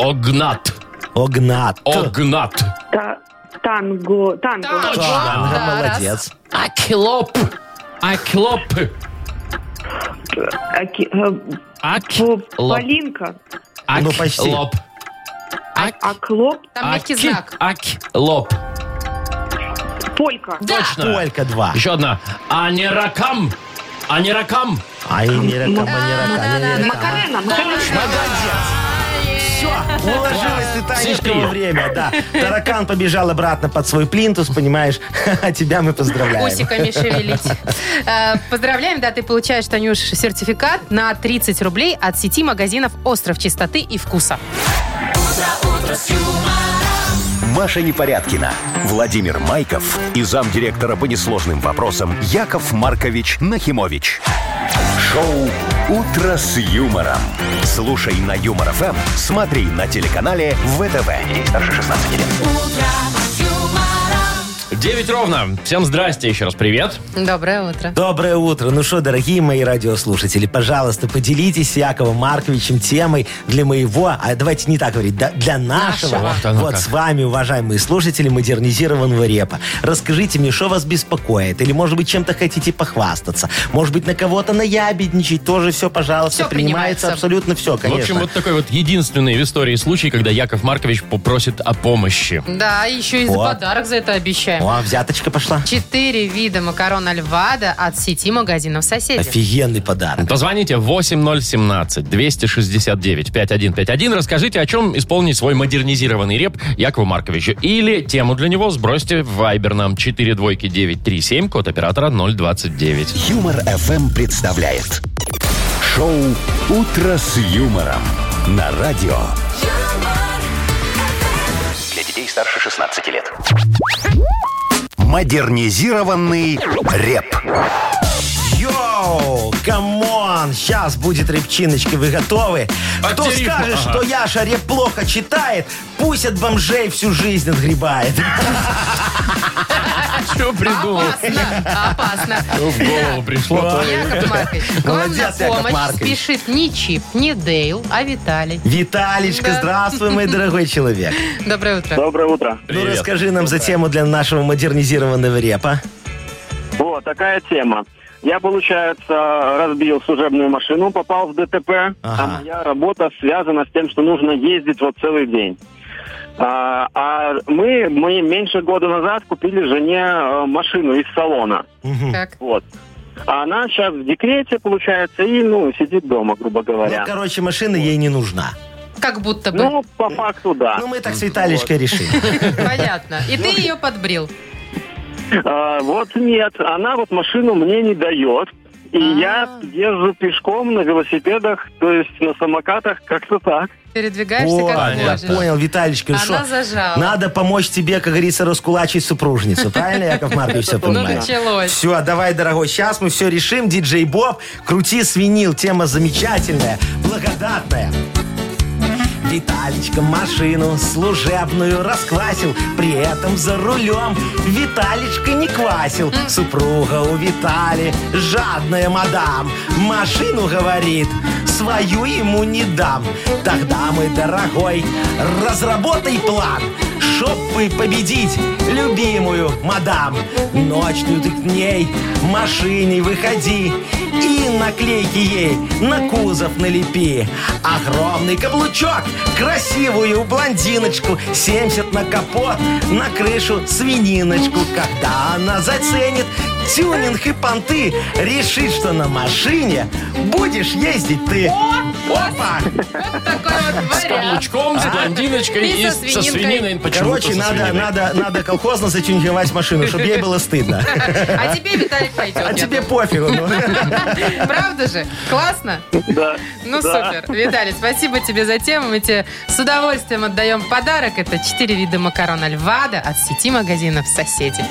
Speaker 2: Огнат.
Speaker 4: Огнат.
Speaker 2: Огнат.
Speaker 7: Та- танго. Танго.
Speaker 3: Так,
Speaker 4: Танго,
Speaker 3: да, раз.
Speaker 4: молодец.
Speaker 2: Акилоп. Акилоп.
Speaker 7: Аки- э, по-
Speaker 2: Акилоп.
Speaker 7: Полинка.
Speaker 4: Ну, почти.
Speaker 2: Акилоп.
Speaker 7: Оклоп.
Speaker 3: Там мягкий
Speaker 2: Аки-
Speaker 3: знак.
Speaker 2: Акилоп.
Speaker 7: Полька.
Speaker 3: Да.
Speaker 2: Точно.
Speaker 4: Только два.
Speaker 2: Еще одна. Аниракам. Аниракам.
Speaker 4: Ай, не ракам, не ракам, не ракам.
Speaker 7: Макарена. Макарена.
Speaker 4: Все, уложилась ты, Танечка,
Speaker 2: Сишки.
Speaker 4: во время, да. Таракан побежал обратно под свой плинтус, понимаешь? А тебя мы поздравляем.
Speaker 3: Усиками шевелить. Э, Поздравляем, да, ты получаешь, Танюш, сертификат на 30 рублей от сети магазинов «Остров чистоты и вкуса».
Speaker 1: Маша Непорядкина, Владимир Майков и замдиректора по несложным вопросам Яков Маркович Нахимович. Шоу «Утро с юмором». Слушай на Юмор ФМ, смотри на телеканале ВТВ. Ей старше 16 лет.
Speaker 2: 9 ровно. Всем здрасте еще раз. Привет.
Speaker 3: Доброе утро.
Speaker 4: Доброе утро. Ну что, дорогие мои радиослушатели, пожалуйста, поделитесь с Яковом Марковичем темой для моего, а давайте не так говорить, да- для нашего,
Speaker 2: Нашего. Вот оно
Speaker 4: вот
Speaker 2: как.
Speaker 4: с вами, уважаемые слушатели модернизированного репа. Расскажите мне, что вас беспокоит, или, может быть, чем-то хотите похвастаться, может быть, на кого-то наябедничать, тоже все, пожалуйста,
Speaker 3: Всё принимается.
Speaker 4: принимается абсолютно все, конечно.
Speaker 2: В общем, вот такой вот единственный в истории случай, когда Яков Маркович попросит о помощи.
Speaker 3: Да, еще и за
Speaker 4: Вот.
Speaker 3: подарок за это обещаем.
Speaker 4: О, а взяточка пошла.
Speaker 3: Четыре вида макарон Альвада от сети магазинов соседей.
Speaker 4: Офигенный подарок.
Speaker 2: Позвоните 8017-269-5151. Расскажите, о чем исполнить свой модернизированный реп Якову Марковичу. Или тему для него сбросьте в Viber нам 42937, код оператора 029.
Speaker 1: Юмор FM представляет шоу Утро с юмором на радио.
Speaker 8: Для детей старше 16 лет.
Speaker 1: Модернизированный реп.
Speaker 4: Йоу, камон, сейчас будет репчиночка, вы готовы? Кто
Speaker 2: От Терифа,
Speaker 4: скажет,
Speaker 2: А ага.
Speaker 4: что Яша реп плохо читает, пусть от бомжей всю жизнь отгребает.
Speaker 2: Что придумал?
Speaker 3: Опасно, опасно.
Speaker 2: В голову пришло. то и-
Speaker 3: Яков Маркович, к вам на
Speaker 4: Молодец, Яков
Speaker 3: помощь
Speaker 4: Маркович.
Speaker 3: спешит не Чип, не Дейл, а Виталий.
Speaker 4: Виталичка,
Speaker 3: Да.
Speaker 4: здравствуй, мой дорогой человек.
Speaker 3: Доброе утро.
Speaker 6: Доброе утро.
Speaker 4: Ну,
Speaker 2: Привет.
Speaker 4: расскажи нам за тему для нашего модернизированного репа.
Speaker 6: Вот такая тема. Я, получается, разбил служебную машину, попал в ДТП, а
Speaker 4: Ага.
Speaker 6: моя работа связана с тем, что нужно ездить вот целый день. А, а мы, мы меньше года назад купили жене э, машину из салона.
Speaker 4: Мгм.
Speaker 3: Как?
Speaker 6: Вот. А она сейчас в декрете, получается, и, ну, сидит дома, грубо
Speaker 4: Ну,
Speaker 6: говоря.
Speaker 4: короче, машина ей не нужна.
Speaker 3: Как будто бы.
Speaker 6: Ну, по факту, да.
Speaker 2: А.
Speaker 4: Ну, мы так с Виталичкой решили.
Speaker 3: Понятно. И
Speaker 4: Ну.
Speaker 3: ты ее подбрил.
Speaker 6: А, вот нет, она вот машину мне не дает. И я
Speaker 3: А.
Speaker 6: езжу пешком на велосипедах, то есть на самокатах, как-то так.
Speaker 3: Передвигаешься
Speaker 4: О,
Speaker 3: как
Speaker 4: я
Speaker 3: можешь.
Speaker 4: понял, Виталичка, ну
Speaker 3: Она
Speaker 4: что?
Speaker 3: зажала.
Speaker 4: Надо помочь тебе, как говорится, раскулачить супружницу. Правильно, Яков Маркович все
Speaker 3: Ну,
Speaker 4: понимает?
Speaker 3: началось.
Speaker 4: Все, давай, дорогой, сейчас мы все решим. Диджей Боб, крути свинил. Тема замечательная, благодатная. Виталичка машину служебную расквасил, при этом за рулем Виталичка не квасил. Супруга у Витали, жадная мадам, машину говорит, свою ему не дам. Тогда, мой дорогой, разработай план, чтобы победить любимую мадам. Ночью ты к ней в машине выходи и наклейки ей на кузов налепи. Огромный каблучок, красивую блондиночку, 70 на капот, на крышу свининочку. Когда она заценит тюнинг и понты, решит, что на машине будешь ездить ты. Опа!
Speaker 3: Вот такой вот вариант.
Speaker 2: Лучком, с блондиночкой
Speaker 3: И
Speaker 2: и
Speaker 3: со
Speaker 2: со
Speaker 3: свининкой.
Speaker 2: свининой. Почему-то
Speaker 4: Короче,
Speaker 2: со
Speaker 4: надо,
Speaker 2: свининой.
Speaker 4: надо, надо колхозно затюнинговать машину, чтобы ей было стыдно.
Speaker 3: А тебе, Виталий, пойдет.
Speaker 4: А
Speaker 3: я
Speaker 4: тебе
Speaker 3: думаю.
Speaker 4: пофигу. ну.
Speaker 3: Правда же? Классно?
Speaker 6: Да.
Speaker 3: Ну,
Speaker 6: Да.
Speaker 3: супер. Виталий, спасибо тебе за тему. Мы тебе с удовольствием отдаем подарок. Это 4 вида макарон Альвада от сети магазинов «Соседи».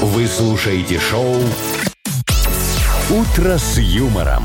Speaker 1: Вы слушаете шоу Утро с юмором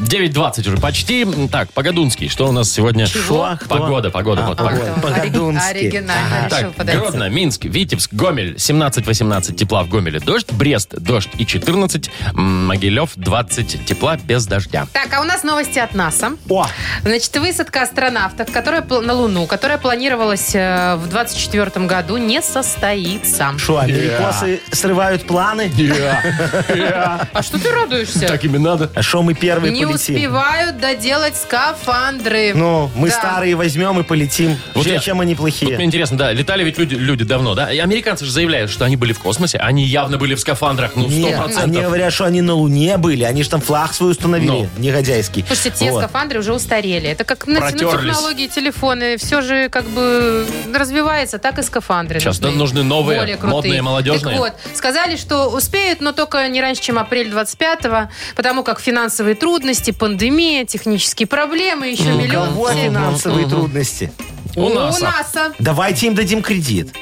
Speaker 2: 9.20 уже почти. Так, Погодунский, что у нас сегодня?
Speaker 4: Чего? Кто?
Speaker 2: Погода, погода,
Speaker 4: А,
Speaker 2: вот
Speaker 4: погода.
Speaker 2: погода.
Speaker 3: Антон,
Speaker 4: Погодунский.
Speaker 3: ори- Оригинально решил
Speaker 2: Так,
Speaker 3: подойти.
Speaker 2: Гродно, Минск, Витебск, Гомель, 17-18 тепла в Гомеле, дождь, Брест, дождь и 14, М, Могилев, 20 тепла без дождя.
Speaker 3: Так, а у нас новости от НАСА.
Speaker 4: О,
Speaker 3: Значит, высадка астронавтов которая, пл- на Луну, которая планировалась э, в 24 году, не состоится.
Speaker 4: что, америкосы срывают планы?
Speaker 3: А что ты радуешься?
Speaker 2: Так им и надо.
Speaker 4: А что мы первые
Speaker 3: не
Speaker 4: полетим?
Speaker 3: успевают доделать скафандры.
Speaker 4: Ну, мы
Speaker 3: Да.
Speaker 4: старые возьмем и полетим.
Speaker 2: Вот
Speaker 4: Чем-
Speaker 2: я-
Speaker 4: Чем они
Speaker 2: Вот мне
Speaker 4: плохие?
Speaker 2: интересно, да, летали ведь люди, люди давно, да? И американцы же заявляют, что они были в космосе, они явно были в скафандрах, ну,
Speaker 4: Нет,
Speaker 2: 100%.
Speaker 4: они говорят, что они на Луне были, они же там флаг свой установили, негодяйский.
Speaker 3: Слушайте, те
Speaker 4: Вот.
Speaker 3: скафандры уже устарели. Это как на- на
Speaker 2: Протерлись.
Speaker 3: технологии телефоны. Все же как бы развивается, так и скафандры.
Speaker 2: Сейчас нам нужны новые,
Speaker 3: более крутые.
Speaker 2: модные, молодежные.
Speaker 3: Так вот, сказали, что успеют, но только не раньше, чем апрель 25-го, потому как финансовые трудности, пандемия, технические проблемы, еще
Speaker 4: У
Speaker 3: миллион.
Speaker 4: Ну, кого
Speaker 3: всяких.
Speaker 4: финансовые трудности?
Speaker 2: У нас.
Speaker 3: НАСА.
Speaker 4: Давайте им дадим кредит.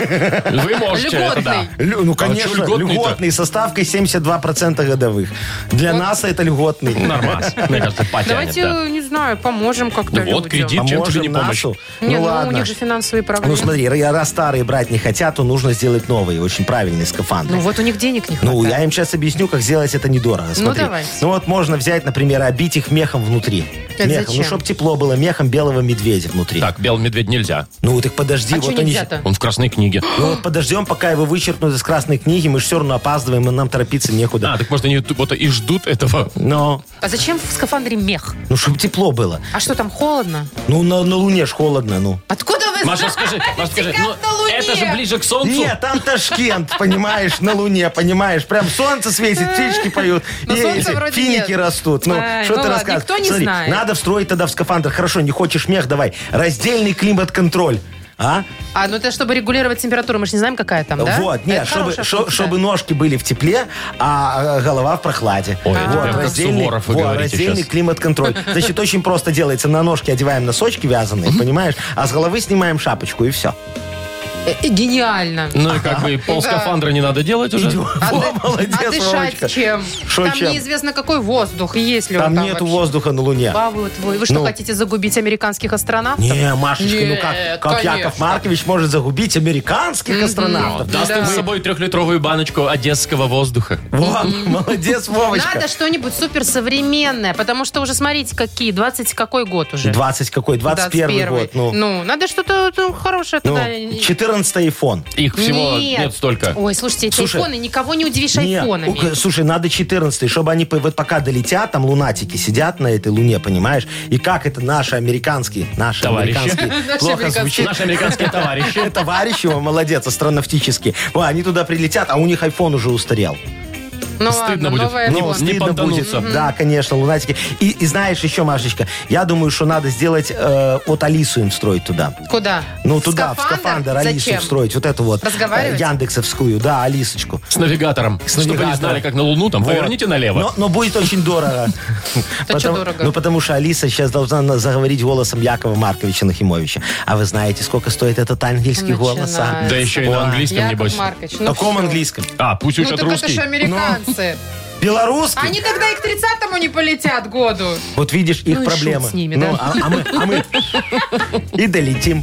Speaker 2: Вы можете. это
Speaker 3: Льготный.
Speaker 2: да.
Speaker 4: Лю- ну,
Speaker 2: А чё
Speaker 4: конечно,
Speaker 2: льготный-то?
Speaker 4: льготный со ставкой 72% годовых. Для НАСА это льготный.
Speaker 2: Нормас. Мне кажется, потянет,
Speaker 3: Давайте,
Speaker 2: да.
Speaker 3: не знаю, поможем как-то
Speaker 2: Ну вот
Speaker 3: людям.
Speaker 2: кредит.
Speaker 4: А
Speaker 2: Чем тебе
Speaker 4: можем
Speaker 2: не помощь?
Speaker 4: НАСАу?
Speaker 3: Не, ну, у
Speaker 4: ладно.
Speaker 3: них же финансовые проблемы.
Speaker 4: Ну смотри, ра- раз старые брать не хотят, то нужно сделать новые, очень правильные скафандры.
Speaker 3: Ну, вот у них денег не хватает.
Speaker 4: Ну, я им сейчас объясню, как сделать это недорого. Смотри.
Speaker 3: давайте.
Speaker 4: Ну, вот можно взять, например, обить их мехом внутри.
Speaker 3: Это
Speaker 4: мехом.
Speaker 3: зачем?
Speaker 4: Ну, чтобы тепло было, мехом белого медведя внутри.
Speaker 2: Так, белый медведь нельзя.
Speaker 4: Ну, так подожди,
Speaker 3: а
Speaker 4: вот
Speaker 3: что
Speaker 4: они...
Speaker 3: нельзя-то?
Speaker 2: Он в красной книге.
Speaker 4: Ну, вот подождем, пока его вычеркнут из красной книги, мы же все равно опаздываем, и нам торопиться некуда.
Speaker 2: А, так может они ту- вот и ждут этого.
Speaker 4: Но,
Speaker 3: А зачем в скафандре мех?
Speaker 4: ну, чтобы тепло было.
Speaker 3: А что, там холодно?
Speaker 4: Ну, на, на Луне ж холодно, ну.
Speaker 3: Откуда вы
Speaker 2: Маша,
Speaker 3: знаете,
Speaker 2: скажи, Маша, скажи,
Speaker 3: как
Speaker 2: ну,
Speaker 3: на Луне?
Speaker 2: это же ближе к солнцу.
Speaker 4: Нет, там Ташкент, понимаешь, на Луне, понимаешь. Прям солнце светит, птички поют,
Speaker 3: Но
Speaker 4: и
Speaker 3: солнца вроде
Speaker 4: финики
Speaker 3: нет.
Speaker 4: растут. Ну,
Speaker 3: Ай,
Speaker 4: что
Speaker 3: ну
Speaker 4: ты
Speaker 3: ладно,
Speaker 4: рассказываешь?
Speaker 3: никто не
Speaker 4: Смотри,
Speaker 3: знает.
Speaker 4: надо встроить тогда в скафандр. Хорошо, не хочешь мех, давай. Раздельный климат-контроль. А?
Speaker 3: А, ну это чтобы регулировать температуру, мы же не знаем, какая там, да?
Speaker 4: Вот, нет,
Speaker 3: Это
Speaker 4: чтобы,
Speaker 3: хорошая
Speaker 4: шо-
Speaker 3: функция.
Speaker 4: чтобы ножки были в тепле, а э, голова в прохладе.
Speaker 2: Ой, это прям
Speaker 4: вот,
Speaker 2: как Суворов вы
Speaker 4: вот,
Speaker 2: говорите
Speaker 4: раздельный
Speaker 2: щас.
Speaker 4: климат-контроль. Значит, очень просто делается. На ножки одеваем носочки вязаные, понимаешь? А с головы снимаем шапочку, и все.
Speaker 3: Э, э, Гениально.
Speaker 2: Ну и как бы пол скафандра не надо делать уже.
Speaker 3: А, ды-
Speaker 4: молодец,
Speaker 3: а дышать
Speaker 4: Вовочка.
Speaker 3: чем?
Speaker 4: Шо
Speaker 3: там
Speaker 4: чем?
Speaker 3: неизвестно какой воздух, и есть ли
Speaker 4: Там
Speaker 3: он там
Speaker 4: нету
Speaker 3: вообще.
Speaker 4: воздуха на Луне.
Speaker 3: А вы, вот вы, вы что,
Speaker 4: Ну.
Speaker 3: хотите загубить американских астронавтов?
Speaker 4: Не, Машечка, ну
Speaker 2: Нет,
Speaker 4: как, как
Speaker 2: конечно.
Speaker 4: Яков Маркович может загубить американских астронавтов?
Speaker 2: Даст им с собой трехлитровую баночку одесского воздуха.
Speaker 4: Вот, молодец, Вовочка.
Speaker 3: Надо что-нибудь суперсовременное, потому что уже смотрите, какие, 20 какой год уже?
Speaker 4: 20 какой? 21 год. Ну,
Speaker 3: надо что-то ну, хорошее
Speaker 4: ну,
Speaker 3: тогда.
Speaker 4: 14 айфон.
Speaker 2: Их всего нет столько.
Speaker 3: Ой, слушайте, эти
Speaker 4: Слушай,
Speaker 3: айфоны, никого не удивишь
Speaker 4: Не,
Speaker 3: айфонами.
Speaker 4: ух, слушай, надо 14 чтобы они по- вот пока долетят, там лунатики сидят на этой луне, понимаешь? И как это наши американские, наши
Speaker 2: Товарищи.
Speaker 4: американские, плохо
Speaker 3: американские.
Speaker 4: звучит.
Speaker 2: Наши американские товарищи.
Speaker 4: Товарищи, о, молодец, астронавтические. Во, они туда прилетят, а у них айфон уже устарел.
Speaker 3: Ну
Speaker 2: стыдно будет.
Speaker 3: новый
Speaker 2: Ну,
Speaker 3: iPhone.
Speaker 2: вот. Не
Speaker 4: стыдно будет.
Speaker 2: понтануться. Мгм.
Speaker 4: Да, конечно, лунатики. И, и знаешь еще, Машечка, я думаю, что надо сделать э, вот Алису им строить туда.
Speaker 3: Куда?
Speaker 4: Ну, туда, в скафандр Алису
Speaker 3: Зачем?
Speaker 4: встроить. Вот эту вот.
Speaker 3: Разговаривать?
Speaker 4: э, Яндексовскую, да, Алисочку.
Speaker 2: С навигатором. Чтобы не
Speaker 4: навигатором.
Speaker 2: знали, как на Луну, там,
Speaker 4: Вот.
Speaker 2: поверните налево.
Speaker 4: Но, но будет очень дорого.
Speaker 3: Это чё
Speaker 4: Потому-
Speaker 3: дорого?
Speaker 4: Ну, потому что Алиса сейчас должна на- заговорить голосом Якова Марковича Нахимовича. А вы знаете, сколько стоит этот ангельский голос? а?
Speaker 3: Начинается.
Speaker 2: Да еще и на
Speaker 4: Ой.
Speaker 2: английском,
Speaker 3: Яков
Speaker 2: небось.
Speaker 3: Маркович,
Speaker 4: В
Speaker 3: ну
Speaker 4: каком
Speaker 3: всё.
Speaker 4: английском?
Speaker 2: А, пусть
Speaker 3: Ну
Speaker 2: учат
Speaker 3: так это
Speaker 2: русский.
Speaker 3: же американцы.
Speaker 4: Белорусский?
Speaker 3: Они тогда и к 30-му не полетят году.
Speaker 4: Вот видишь, их
Speaker 3: Ну и шут
Speaker 4: проблемы.
Speaker 3: с ними,
Speaker 4: ну,
Speaker 3: да.
Speaker 4: а, а мы, а мы и долетим.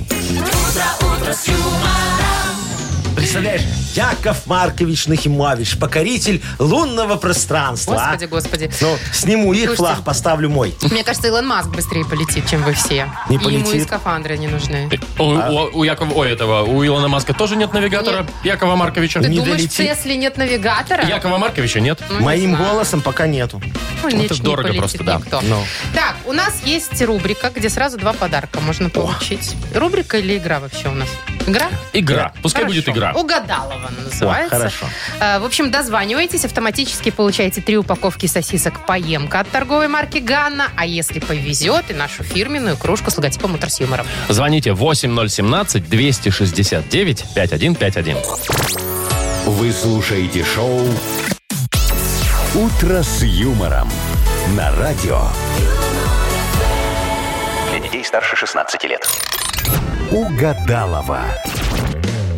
Speaker 4: Представляешь, Яков Маркович Нахимович, покоритель лунного пространства. а?
Speaker 3: Господи, господи.
Speaker 4: Ну, сниму их
Speaker 3: Слушайте.
Speaker 4: флаг, поставлю мой.
Speaker 3: Мне кажется, Илон Маск быстрее полетит, чем вы все.
Speaker 4: Не
Speaker 3: И Ему и
Speaker 4: полетит.
Speaker 3: скафандры не нужны.
Speaker 2: У, у- у Якова, ой, этого, у Илона Маска тоже нет навигатора
Speaker 3: Нет.
Speaker 2: Якова Марковича?
Speaker 3: Ты
Speaker 4: Не
Speaker 3: думаешь,
Speaker 4: долетит.
Speaker 3: в Тесле нет навигатора?
Speaker 2: Якова Марковича нет.
Speaker 3: Ну, не
Speaker 4: Моим
Speaker 3: знаю.
Speaker 4: голосом пока нету.
Speaker 3: Ну, лечь не
Speaker 2: дорого
Speaker 3: полетит
Speaker 2: просто, да.
Speaker 3: никто.
Speaker 4: Ну.
Speaker 3: Так, у нас есть рубрика, где сразу два подарка можно получить. Рубрика или игра вообще у нас? Игра?
Speaker 2: Игра. Пускай
Speaker 3: Хорошо.
Speaker 2: будет игра.
Speaker 3: Угадалова она называется.
Speaker 4: О, хорошо.
Speaker 3: Э, В общем, дозваниваетесь, автоматически получаете три упаковки сосисок «Поемка» от торговой марки «Ганна», а если повезет, и нашу фирменную кружку с логотипом «Утро с юмором».
Speaker 2: Звоните 8017-269-5151.
Speaker 1: Вы слушаете шоу «Утро с юмором» на радио.
Speaker 8: Для детей старше 16 лет.
Speaker 1: Угадалова.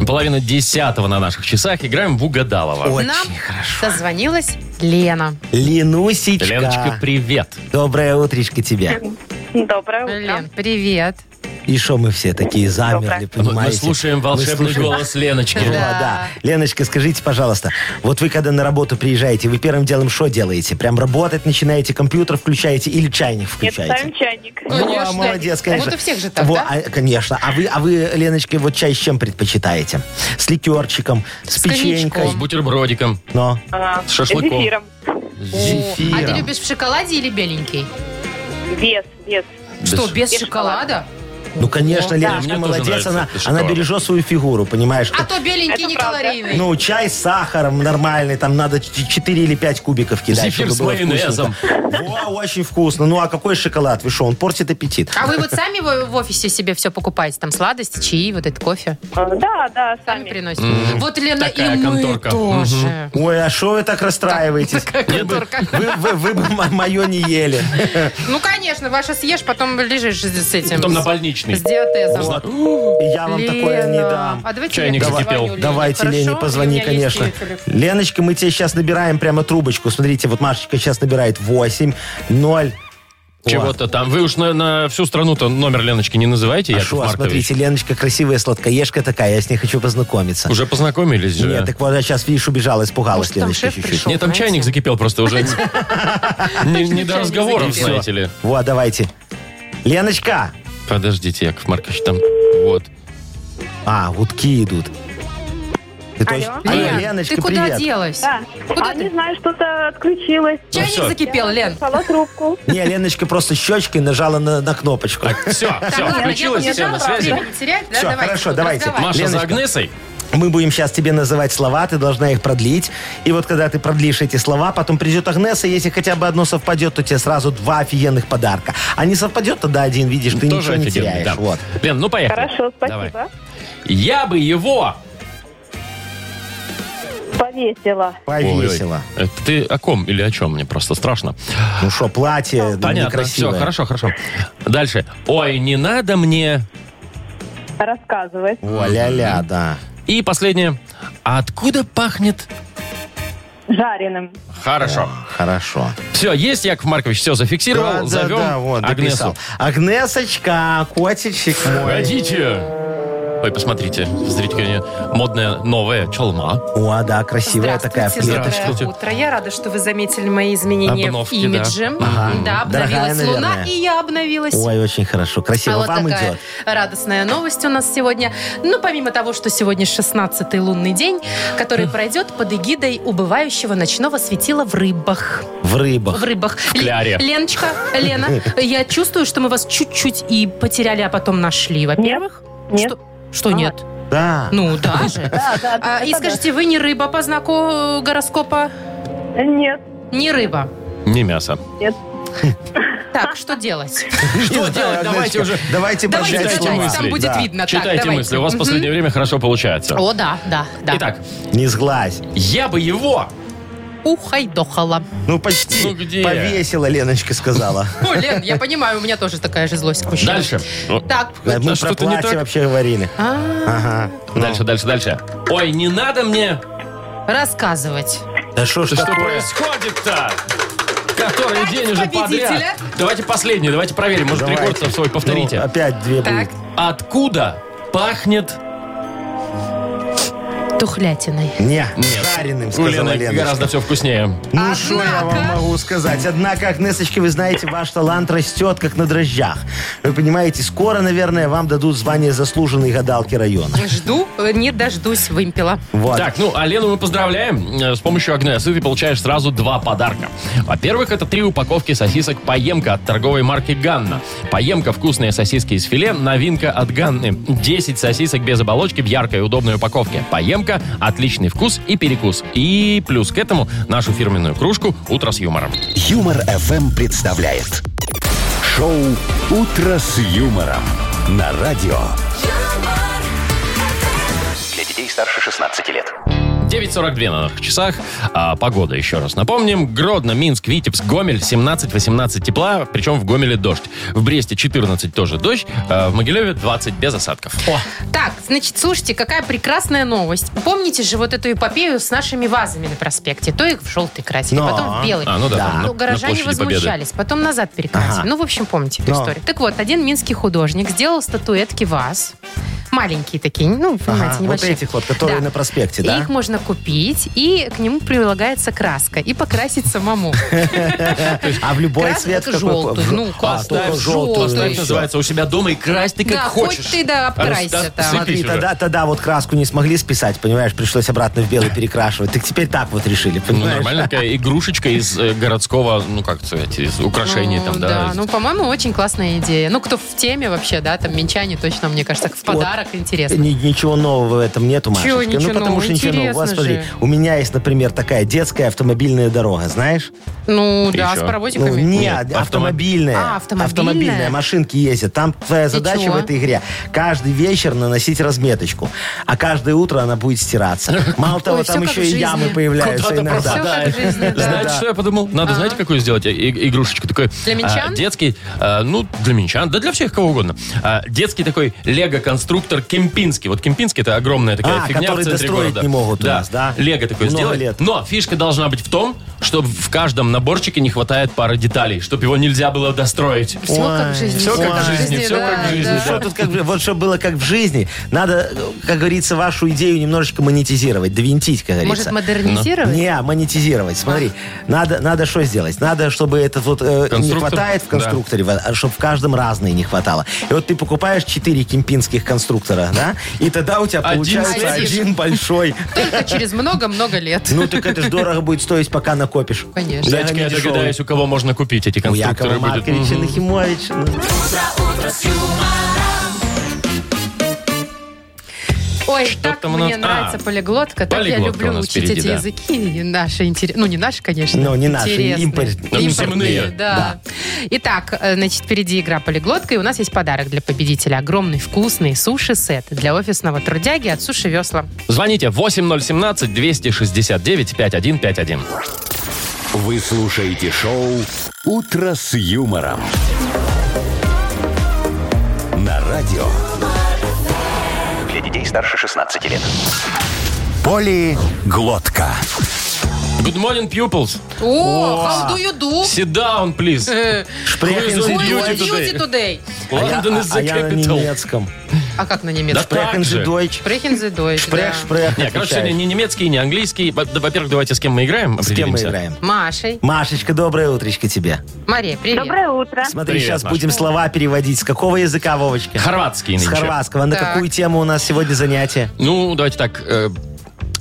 Speaker 2: Половина десятого на наших часах. Играем в Угадалово.
Speaker 4: Очень
Speaker 3: Нам
Speaker 4: хорошо.
Speaker 3: дозвонилась Лена.
Speaker 4: Ленусечка.
Speaker 2: Леночка, привет.
Speaker 4: Доброе утречко тебе.
Speaker 7: Доброе утро.
Speaker 3: Лен, привет.
Speaker 4: И что мы все такие замерли,
Speaker 7: Доброе.
Speaker 4: понимаете?
Speaker 2: Ну, Мы слушаем
Speaker 4: Мы
Speaker 2: волшебный
Speaker 4: слушаем.
Speaker 2: голос Леночки.
Speaker 4: Вот,
Speaker 3: Да.
Speaker 4: да. Леночка, скажите, пожалуйста, вот вы когда на работу приезжаете, вы первым делом что делаете? Прям работать начинаете, компьютер включаете или чайник
Speaker 7: Нет,
Speaker 4: включаете?
Speaker 7: ставим чайник.
Speaker 4: Ну, а,
Speaker 3: Конечно.
Speaker 4: молодец, конечно.
Speaker 3: Вот у всех же так,
Speaker 4: Во,
Speaker 3: да?
Speaker 4: а, конечно. А вы, а вы, Леночка, вот чай с чем предпочитаете? С ликерчиком, с,
Speaker 3: С
Speaker 4: печенькой.
Speaker 2: С бутербродиком,
Speaker 4: Но.
Speaker 7: А,
Speaker 2: С шашлыком.
Speaker 7: Зефиром.
Speaker 3: О, А
Speaker 4: Зефиром.
Speaker 3: ты любишь в шоколаде или беленький?
Speaker 7: Без, без.
Speaker 3: Что, без
Speaker 7: без
Speaker 3: шоколада?
Speaker 4: Ну, конечно,
Speaker 2: да.
Speaker 3: О,
Speaker 4: Леночка,
Speaker 2: Мне тоже
Speaker 4: молодец,
Speaker 2: нравится
Speaker 4: она,
Speaker 2: этот
Speaker 4: она
Speaker 2: шоколад.
Speaker 4: бережет свою фигуру, понимаешь?
Speaker 3: А то беленький
Speaker 7: Это
Speaker 3: не
Speaker 7: правда.
Speaker 3: калорийный.
Speaker 4: Ну, чай с сахаром нормальный, там надо 4 или 5 кубиков кидать,
Speaker 2: Зефир
Speaker 4: чтобы
Speaker 2: с
Speaker 4: было вкусненько.
Speaker 2: майонезом.
Speaker 4: Во, очень вкусно. Ну, а какой шоколад? Вы что, он портит аппетит?
Speaker 3: А вы вот сами в в офисе себе все покупаете? Там сладости, чаи, вот этот кофе?
Speaker 7: А, Да, да,
Speaker 3: Сами
Speaker 7: сами.
Speaker 3: приносите? Вот, Лена,
Speaker 2: Такая
Speaker 3: и мы
Speaker 2: конторка.
Speaker 3: тоже.
Speaker 4: Ой, а что вы так расстраиваетесь? Вы бы-
Speaker 3: конторка.
Speaker 4: вы- вы- Вы бы мое не ели.
Speaker 3: Ну, конечно, ваша съешь, потом лежишь с этим.
Speaker 2: потом на Обычный.
Speaker 3: С диатезом.
Speaker 4: И я вам такое не
Speaker 3: Лена,
Speaker 4: дам.
Speaker 3: А давайте
Speaker 2: Чайник
Speaker 3: я
Speaker 2: закипел.
Speaker 3: позвоню Лене,
Speaker 4: Э, Давайте,
Speaker 3: хорошо?
Speaker 4: Лене,
Speaker 3: У
Speaker 4: позвони,
Speaker 3: меня есть
Speaker 4: конечно.
Speaker 3: ее телефон.
Speaker 4: Леночка, мы тебе сейчас набираем прямо трубочку. Смотрите, вот Машечка сейчас набирает 8, 0.
Speaker 2: Чего-то там. Вы уж на, на всю страну-то номер Леночки не называйте, Яков
Speaker 4: Хорошо, а
Speaker 2: Маркович.
Speaker 4: смотрите, Леночка красивая сладкоежка такая, я с ней хочу познакомиться.
Speaker 2: Уже познакомились же.
Speaker 4: Нет, так вот, я сейчас, видишь, убежала, испугалась
Speaker 3: Может, там
Speaker 4: Леночка
Speaker 3: шеф
Speaker 4: чуть-чуть.
Speaker 3: пришел?
Speaker 2: Нет, там
Speaker 3: Знаете?
Speaker 2: чайник закипел просто уже. Не не до
Speaker 3: чайник
Speaker 2: разговоров,
Speaker 3: закипел.
Speaker 2: знаете ли.
Speaker 4: Вот, давайте. Леночка!
Speaker 2: Подождите, Яков Маркович, там вот.
Speaker 4: А, гудки идут. Ты точно-
Speaker 7: Алло.
Speaker 3: Лен,
Speaker 4: Леночка,
Speaker 3: ты куда
Speaker 4: привет.
Speaker 3: делась?
Speaker 7: Да.
Speaker 3: Куда
Speaker 7: а
Speaker 3: ты?
Speaker 7: не знаю, что-то отключилось.
Speaker 2: Ну всё.
Speaker 3: Чайник закипел, Лен.
Speaker 7: Сала трубку.
Speaker 4: Не, Леночка просто щечкой нажала на, на кнопочку.
Speaker 2: Все, все,
Speaker 3: ладно,
Speaker 2: включилось,
Speaker 3: я
Speaker 2: все на
Speaker 3: поняла,
Speaker 2: связи.
Speaker 3: Время не терять, да?
Speaker 4: Всё,
Speaker 3: Давайте,
Speaker 4: хорошо,
Speaker 3: вот,
Speaker 4: давайте.
Speaker 3: раздавай.
Speaker 2: Маша за
Speaker 4: Леночка.
Speaker 2: Агнесой?
Speaker 4: Мы будем сейчас тебе называть слова, ты должна их продлить. И вот когда ты продлишь эти слова, потом придет Агнеса, если хотя бы одно совпадет, то тебе сразу два офигенных подарка. А не совпадет, тогда один, видишь, ты
Speaker 2: Тоже
Speaker 4: ничего не
Speaker 2: офигенный,
Speaker 4: теряешь.
Speaker 2: да.
Speaker 4: Вот.
Speaker 2: Лен, ну поехали.
Speaker 7: Хорошо, спасибо.
Speaker 2: Давай. Я бы его...
Speaker 7: Повесила.
Speaker 4: Повесила.
Speaker 2: Ой, это ты о ком или о чем? Мне просто страшно.
Speaker 4: Ну что, платье
Speaker 2: Понятно, все,
Speaker 4: некрасивое.
Speaker 2: хорошо, хорошо. Дальше. Ой, не надо мне...
Speaker 7: Рассказывать.
Speaker 4: О, ля-ля, да.
Speaker 2: И последнее. А откуда пахнет...
Speaker 7: Жареным.
Speaker 2: Хорошо.
Speaker 4: Хорошо.
Speaker 2: Все, есть, Яков Маркович, все зафиксировал.
Speaker 4: Да, да,
Speaker 2: Зовем
Speaker 4: да, вот,
Speaker 2: Агнесу.
Speaker 4: дописал. Агнесочка, котичек мой.
Speaker 2: Погодите. Ой, посмотрите, смотрите, какая модная новая чалма.
Speaker 4: О, да, красивая такая в
Speaker 3: Здравствуйте,
Speaker 4: клеточке.
Speaker 2: клеточке.
Speaker 3: доброе утро. Я рада, что вы заметили мои изменения
Speaker 2: Обновки,
Speaker 3: в имидже.
Speaker 2: да.
Speaker 4: Ага.
Speaker 3: Да, обновилась
Speaker 4: Дорогая,
Speaker 3: луна,
Speaker 4: наверное.
Speaker 3: и я обновилась.
Speaker 4: Ой, очень хорошо.
Speaker 3: А
Speaker 4: Красиво
Speaker 3: вот
Speaker 4: вам
Speaker 3: такая
Speaker 4: идет.
Speaker 3: радостная новость у нас сегодня. Ну, помимо того, что сегодня 16-й лунный день, который пройдет под эгидой убывающего ночного светила в рыбах.
Speaker 4: В рыбах.
Speaker 3: В рыбах. Л-
Speaker 2: кляре.
Speaker 3: Леночка, Лена, я чувствую, что мы вас чуть-чуть и потеряли, а потом нашли, во-первых.
Speaker 7: Нет.
Speaker 3: Что, что нет?
Speaker 4: Да.
Speaker 3: Ну, да же.
Speaker 7: Да, да, да.
Speaker 3: А, и
Speaker 7: это
Speaker 3: скажите, вы не рыба по знаку гороскопа?
Speaker 7: да. Нет,
Speaker 3: Не рыба.
Speaker 2: Не мясо.
Speaker 3: Так, что делать?
Speaker 4: Что
Speaker 2: делать? Давайте уже.
Speaker 3: Давайте
Speaker 4: Давайте прощать
Speaker 2: Читайте
Speaker 3: читать,
Speaker 4: слова.
Speaker 2: мысли,
Speaker 3: там будет
Speaker 4: да.
Speaker 3: видно. А, Так,
Speaker 2: Читайте
Speaker 3: давайте.
Speaker 2: мысли, у вас в
Speaker 3: Мгм.
Speaker 2: последнее время хорошо получается.
Speaker 3: О, да, да, да.
Speaker 2: Итак,
Speaker 4: Не сглазь.
Speaker 2: я бы его...
Speaker 3: Ухайдохала.
Speaker 4: Ну почти.
Speaker 2: Ну где?
Speaker 4: Повесила, Леночка сказала.
Speaker 3: Ой, Лен, я понимаю, у меня тоже такая же злость к мужчинам.
Speaker 2: Дальше. Ну,
Speaker 3: Так.
Speaker 4: Да, Мы
Speaker 2: что-то
Speaker 4: про
Speaker 2: не
Speaker 4: платье
Speaker 2: так.
Speaker 4: вообще говорили.
Speaker 3: А,
Speaker 4: Ага. Ну.
Speaker 2: Дальше, дальше, дальше. Ой, не надо мне...
Speaker 3: Рассказывать.
Speaker 4: Да что ж
Speaker 2: Да что
Speaker 4: такое?
Speaker 2: происходит-то? Который день уже
Speaker 3: победителя.
Speaker 2: подряд. Давайте последний, давайте проверим. Может,
Speaker 4: Давайте.
Speaker 2: рекорд свой
Speaker 4: Ну, а-
Speaker 2: повторите.
Speaker 4: опять две
Speaker 3: Так.
Speaker 4: будет.
Speaker 2: Откуда пахнет...
Speaker 3: Тухлятиной.
Speaker 4: Не,
Speaker 2: Нет.
Speaker 4: жареным,
Speaker 2: У
Speaker 4: сказала
Speaker 2: Лены
Speaker 4: Леночка.
Speaker 2: гораздо все вкуснее.
Speaker 4: Ну, что я вам
Speaker 3: Однако-
Speaker 4: могу сказать? Однако, Агнесочки, вы знаете, ваш талант растет, как на дрожжах. Вы понимаете, скоро, наверное, вам дадут звание заслуженной гадалки района.
Speaker 3: Жду, э, не дождусь вымпела.
Speaker 4: Вот.
Speaker 2: Так, ну, а Лену мы поздравляем. Э, С помощью Агнесы ты получаешь сразу два подарка. Во-первых, это три упаковки сосисок «Поемка» от торговой марки «Ганна». «Поемка» — вкусные сосиски из филе, новинка от «Ганны». 10 сосисок без оболочки в яркой и удобной упаковке. «Поемка» — отличный вкус и перекус. И плюс к этому нашу фирменную кружку «Утро с юмором».
Speaker 1: Юмор FM представляет шоу Утро с юмором на радио.
Speaker 8: Для детей старше 16 лет.
Speaker 2: 9.42 на наших часах. А, погода, еще раз напомним. Гродно, Минск, Витебск, Гомель 17-18 тепла, причем в Гомеле дождь. В Бресте 14 тоже дождь, а в Могилеве 20 без осадков. А,
Speaker 3: Так, значит, слушайте, какая прекрасная новость. Помните же вот эту эпопею с нашими вазами на проспекте? То их в желтый красили,
Speaker 4: Но.
Speaker 3: потом в белый.
Speaker 2: А, ну да, там на-
Speaker 3: Ну,
Speaker 2: на
Speaker 3: горожане
Speaker 2: площади Победы.
Speaker 3: возмущались, потом назад перекрасили.
Speaker 4: Ага.
Speaker 3: Ну, в общем, помните эту
Speaker 4: Но.
Speaker 3: историю. Так вот, один минский художник сделал статуэтки ваз. Маленькие такие, ну, понимаете,
Speaker 4: Ага, вот
Speaker 3: небольшие.
Speaker 4: этих вот, которые
Speaker 3: Да.
Speaker 4: на проспекте, да?
Speaker 3: Их можно купить, и к нему прилагается краска. И покрасить самому.
Speaker 4: А в любой
Speaker 3: Красный
Speaker 4: цвет
Speaker 3: это желтый,
Speaker 4: В-
Speaker 3: ну,
Speaker 4: а,
Speaker 3: классно.
Speaker 4: только
Speaker 3: Оставь
Speaker 4: желтый.
Speaker 3: желтый.
Speaker 2: Поставь, называется, у себя дома и крась ты как
Speaker 3: Да, хоть
Speaker 2: хочешь.
Speaker 3: ты, да, обкрайся
Speaker 2: Раз-
Speaker 3: там.
Speaker 2: сцепись
Speaker 4: Смотри,
Speaker 2: уже.
Speaker 4: тогда, тогда вот краску не смогли списать, понимаешь, пришлось обратно в белый перекрашивать. Так теперь так вот решили,
Speaker 2: Ну,
Speaker 4: понимаешь?
Speaker 2: нормальная такая игрушечка из э, городского, ну, как сказать, из украшений
Speaker 3: Ну,
Speaker 2: там, да.
Speaker 3: ну, по-моему, очень классная идея. Ну, кто в теме вообще, да, там, минчане точно, мне кажется, в подарок так интересно.
Speaker 4: Ни- ничего нового в этом нету,
Speaker 3: Чего
Speaker 4: Машечка.
Speaker 3: ничего
Speaker 4: ну, потому
Speaker 3: нового?
Speaker 4: что ничего нового. Вот
Speaker 3: Интересно
Speaker 4: смотри,
Speaker 3: же.
Speaker 4: у меня есть, например, такая детская автомобильная дорога, знаешь?
Speaker 3: Ну, да,
Speaker 2: чё?
Speaker 3: с
Speaker 4: Ну,
Speaker 3: паровозиками.
Speaker 4: нет,
Speaker 2: Нет,
Speaker 4: автомобильная.
Speaker 3: А, автомобильная.
Speaker 4: машинки ездят. Там твоя задача
Speaker 3: чё?
Speaker 4: в этой игре каждый вечер наносить разметочку, а каждое утро она будет стираться. Мало того,
Speaker 3: Ой, всё
Speaker 4: там
Speaker 3: как
Speaker 4: еще
Speaker 3: в
Speaker 4: и
Speaker 3: жизни.
Speaker 4: ямы появляются
Speaker 2: Куда-то
Speaker 4: иногда.
Speaker 3: Все
Speaker 2: да.
Speaker 3: как в жизни, да.
Speaker 2: Знаете, что я подумал? Надо, знаете, какую сделать и- и- игрушечку? Такой,
Speaker 3: Для минчан?
Speaker 2: а, детский, а, ну, для минчан, да для всех кого угодно. А, детский такой лего-конструктор Кемпинский. Вот Кемпинский это огромная такая
Speaker 4: А,
Speaker 2: фигня
Speaker 4: который
Speaker 2: в центре
Speaker 4: достроить
Speaker 2: города.
Speaker 4: не могут у
Speaker 2: да.
Speaker 4: нас, да?
Speaker 2: Лего такой
Speaker 4: Много
Speaker 2: сделать.
Speaker 4: лет.
Speaker 2: Но фишка должна быть в том, что в каждом наборчике не хватает пары деталей, чтобы его нельзя было достроить.
Speaker 3: Все как в
Speaker 4: Ой,
Speaker 3: жизни.
Speaker 2: всё как в жизни, всё
Speaker 3: да,
Speaker 2: как в жизни,
Speaker 3: А, да.
Speaker 4: Что тут как бы- вот что было как в жизни, надо, как говорится, вашу идею немножечко монетизировать, довинтить, как говорится. Ну,
Speaker 3: Может, модернизировать? А.
Speaker 4: Не, а монетизировать. Смотри, надо, надо что сделать? Надо, чтобы это вот э, не
Speaker 2: Конструктор?
Speaker 4: хватает в
Speaker 2: Да.
Speaker 4: конструкторе, чтобы в каждом разные не хватало. И вот ты покупаешь 4 кемпинских конструктора, да? И тогда у тебя
Speaker 2: Один
Speaker 4: получается
Speaker 2: стоит.
Speaker 4: один большой.
Speaker 3: Только через много-много лет.
Speaker 4: Ну, так это ж дорого будет стоить, пока накопишь.
Speaker 3: Конечно.
Speaker 4: Да,
Speaker 2: Дайте-ка я
Speaker 4: они дешевые.
Speaker 2: догадаюсь, у кого можно купить эти
Speaker 4: У
Speaker 2: конструкторы
Speaker 4: Якова
Speaker 2: будут.
Speaker 4: Марковича
Speaker 2: Мгм.
Speaker 4: Нахимовича. Ну,
Speaker 3: Ой,
Speaker 2: Что
Speaker 3: так
Speaker 2: там у
Speaker 3: мне
Speaker 2: нас?
Speaker 3: нравится
Speaker 2: А,
Speaker 3: полиглотка. Так я
Speaker 2: полиглотка у
Speaker 3: люблю
Speaker 2: нас
Speaker 3: учить
Speaker 2: впереди,
Speaker 3: эти
Speaker 2: да.
Speaker 3: языки. И Наши интерес- Ну, не наши, конечно.
Speaker 4: Ну, не наши,
Speaker 3: интересные.
Speaker 4: импорт-
Speaker 2: Ну,
Speaker 3: Импортные,
Speaker 2: земные.
Speaker 3: да. Итак, э, значит, впереди игра полиглотка. И у нас есть подарок для победителя. Огромный вкусный суши-сет для офисного трудяги от Суши Весла.
Speaker 2: Звоните 8017-269-5151.
Speaker 1: Вы слушаете шоу «Утро с юмором». На радио
Speaker 8: Для детей старше 16 лет.
Speaker 1: «Полиглотка».
Speaker 2: Good morning, pupils.
Speaker 3: О, how do you do?
Speaker 2: Sit down, please. Who is
Speaker 4: Шпрехен
Speaker 2: on
Speaker 4: Ой,
Speaker 2: duty
Speaker 3: Beauty
Speaker 2: today?
Speaker 3: today.
Speaker 2: London is
Speaker 4: А
Speaker 2: the
Speaker 4: я на
Speaker 2: capital.
Speaker 4: немецком.
Speaker 3: А как на
Speaker 2: Да
Speaker 3: немецком?
Speaker 2: так
Speaker 4: Шпрехен
Speaker 2: же.
Speaker 4: же дойч.
Speaker 3: Шпрехен зе дойч,
Speaker 4: Шпрех,
Speaker 3: да.
Speaker 4: шпрех.
Speaker 2: Не, короче,
Speaker 4: отвечаешь.
Speaker 2: сегодня не немецкий, не английский. Во- да, Во-первых, давайте с кем мы играем,
Speaker 4: С кем мы
Speaker 2: определимся.
Speaker 4: играем?
Speaker 3: Машей.
Speaker 4: Машечка, доброе утречко тебе.
Speaker 3: Мария, привет.
Speaker 7: Доброе утро.
Speaker 4: Смотри,
Speaker 2: Привет,
Speaker 4: сейчас
Speaker 2: Маша.
Speaker 4: будем слова переводить. С какого языка, Вовочка?
Speaker 2: Хорватский
Speaker 4: С
Speaker 2: нынче.
Speaker 4: хорватского. На
Speaker 3: Так.
Speaker 4: какую тему у нас сегодня занятие?
Speaker 2: Ну, давайте так. э,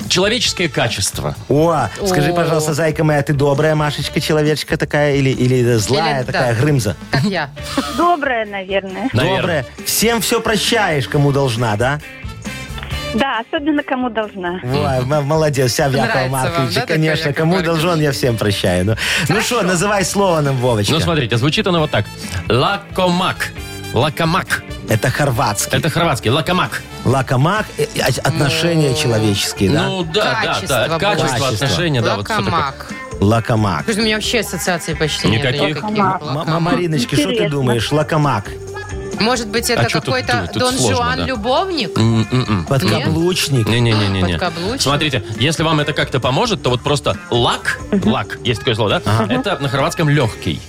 Speaker 2: человеческое качество.
Speaker 4: О, скажи,
Speaker 3: О.
Speaker 4: пожалуйста, зайка моя, ты добрая Машечка, человечка такая или, или злая
Speaker 3: Или, да.
Speaker 4: такая, грымза?
Speaker 3: Как я?
Speaker 7: Доброе, наверное.
Speaker 2: Наверное.
Speaker 4: Добрая. Всем все прощаешь, кому должна, да?
Speaker 7: Да, особенно кому должна.
Speaker 4: Ой, м- молодец, вся в Якова
Speaker 3: Нравится вам, да,
Speaker 4: Марковича.
Speaker 3: такой
Speaker 4: Конечно,
Speaker 3: Яков
Speaker 4: кому
Speaker 3: Маркович?
Speaker 4: должен, я всем прощаю. Ну. Ну что, называй слово нам, Вовочка.
Speaker 2: Ну, смотрите, звучит оно вот так. Лакомак. Лакомак.
Speaker 4: Это хорватский.
Speaker 2: Это хорватский. Лакомак.
Speaker 4: Лакомак, э, э, отношения человеческие, да?
Speaker 2: Ну, да, да,
Speaker 3: Качество,
Speaker 2: да. Качество,
Speaker 4: Вовочка.
Speaker 2: отношения, да. вот всё такое.
Speaker 3: Лакомак.
Speaker 4: Лакомак.
Speaker 3: Слушай, у меня вообще ассоциации почти
Speaker 2: Никаких?
Speaker 3: нет.
Speaker 4: М- м- Мариночки, что ты
Speaker 7: Интересно.
Speaker 4: думаешь? Лакомак.
Speaker 3: Может быть, это
Speaker 2: А чё тут
Speaker 3: какой-то
Speaker 2: ты? Тут
Speaker 3: Дон
Speaker 2: сложно,
Speaker 3: Жуан
Speaker 2: да.
Speaker 3: любовник?
Speaker 2: М-м-м.
Speaker 4: Подкаблучник.
Speaker 2: Не-не-не-не.
Speaker 3: Подкаблучник?
Speaker 2: Смотрите, если вам это как-то поможет, то вот просто лак, лак, есть такое слово, да? Это на хорватском легкий.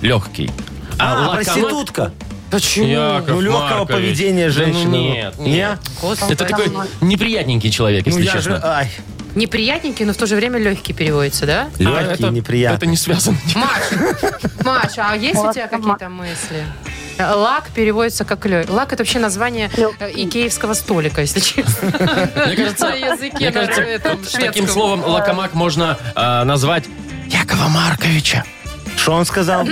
Speaker 2: Легкий.
Speaker 4: А,
Speaker 2: лакомак-
Speaker 4: проститутка. Почему?
Speaker 2: Яков
Speaker 4: ну, легкого
Speaker 2: Маркович.
Speaker 4: поведения
Speaker 2: Да
Speaker 4: женщины.
Speaker 2: ну
Speaker 4: ну.
Speaker 2: нет,
Speaker 4: Не?
Speaker 2: нет.
Speaker 3: Господи.
Speaker 2: Это такой неприятненький человек,
Speaker 4: Ну
Speaker 2: если
Speaker 4: я же,
Speaker 2: честно.
Speaker 4: ай,
Speaker 3: Неприятненький, но в то же время легкий переводится, да?
Speaker 2: А
Speaker 4: легкий,
Speaker 2: это-
Speaker 4: неприятный.
Speaker 2: Это не связано.
Speaker 3: Маша, Маша, а есть у тебя какие-то мысли? Лак переводится как лёг. Лак это вообще название э, икеевского столика, если честно.
Speaker 2: Мне кажется,
Speaker 3: На языке,
Speaker 2: мне
Speaker 3: на
Speaker 2: кажется,
Speaker 3: этом,
Speaker 2: вот с
Speaker 3: шведском.
Speaker 2: таким словом лакомак можно а, назвать Якова Марковича.
Speaker 4: Что он сказал?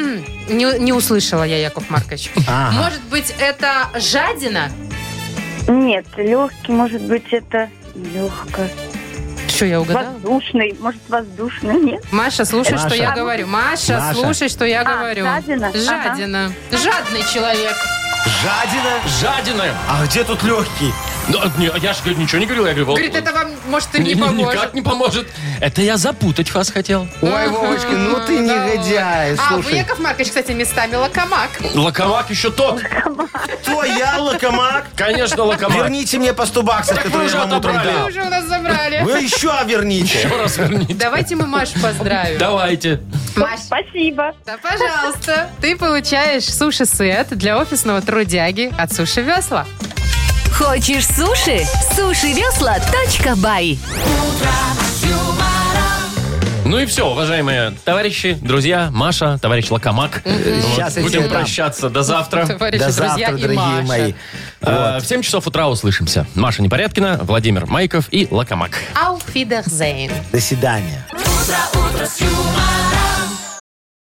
Speaker 3: Не, не услышала я, Яков Маркович.
Speaker 4: Ага.
Speaker 3: Может быть, это жадина?
Speaker 7: Нет, легкий, может быть, это легко.
Speaker 3: Что, я угадала?
Speaker 7: Воздушный, может, воздушный, нет?
Speaker 3: Маша, слушай, что
Speaker 4: Маша.
Speaker 3: я говорю. Маша,
Speaker 4: Маша.
Speaker 3: слушай, что я
Speaker 7: А,
Speaker 3: говорю.
Speaker 7: жадина?
Speaker 3: Жадина. Жадный человек.
Speaker 4: Жадина?
Speaker 2: Жадина.
Speaker 4: А где тут легкий?
Speaker 2: Ну, не, я же говорю, ничего не говорил. Я говорю, вот-
Speaker 3: Говорит, это вам, может, и
Speaker 2: Ни-
Speaker 3: не
Speaker 2: ни-
Speaker 3: поможет.
Speaker 2: Никак не поможет. Это я запутать вас хотел.
Speaker 4: Ой, Вовочка, ну ты
Speaker 3: Да
Speaker 4: негодяй,
Speaker 3: ладно. А, вы,
Speaker 4: слушай.
Speaker 3: Яков Маркович, кстати, местами лакомак.
Speaker 2: Локомак еще тот.
Speaker 4: Кто я, лакомак?
Speaker 2: Конечно, локомак.
Speaker 4: Верните мне по 100 баксов,
Speaker 2: Так вы
Speaker 4: которые
Speaker 2: уже
Speaker 4: я вам утром
Speaker 2: отобрали.
Speaker 4: дал.
Speaker 3: Вы уже у нас забрали.
Speaker 4: Вы еще верните.
Speaker 2: Еще раз верните.
Speaker 3: Давайте мы Машу поздравим.
Speaker 2: Давайте.
Speaker 3: Маш,
Speaker 7: Спасибо.
Speaker 3: да, пожалуйста. Ты получаешь суши-сет для офисного трудяги от Суши Весла.
Speaker 9: Хочешь суши? Сушивесла.бай
Speaker 2: Ну и все, уважаемые товарищи, друзья, Маша, товарищ Локомак. Вот,
Speaker 4: Сейчас Э, я
Speaker 2: Будем
Speaker 4: тебе дам.
Speaker 2: прощаться до завтра.
Speaker 3: Товарищи,
Speaker 4: До
Speaker 3: друзья
Speaker 4: завтра,
Speaker 3: и
Speaker 4: дорогие
Speaker 3: Маша.
Speaker 4: мои.
Speaker 2: А, В 7 часов утра услышимся. Маша Непорядкина, Владимир Майков и Локомак.
Speaker 3: Auf Wiedersehen.
Speaker 4: До свидания.
Speaker 9: Утро, утро с юмором.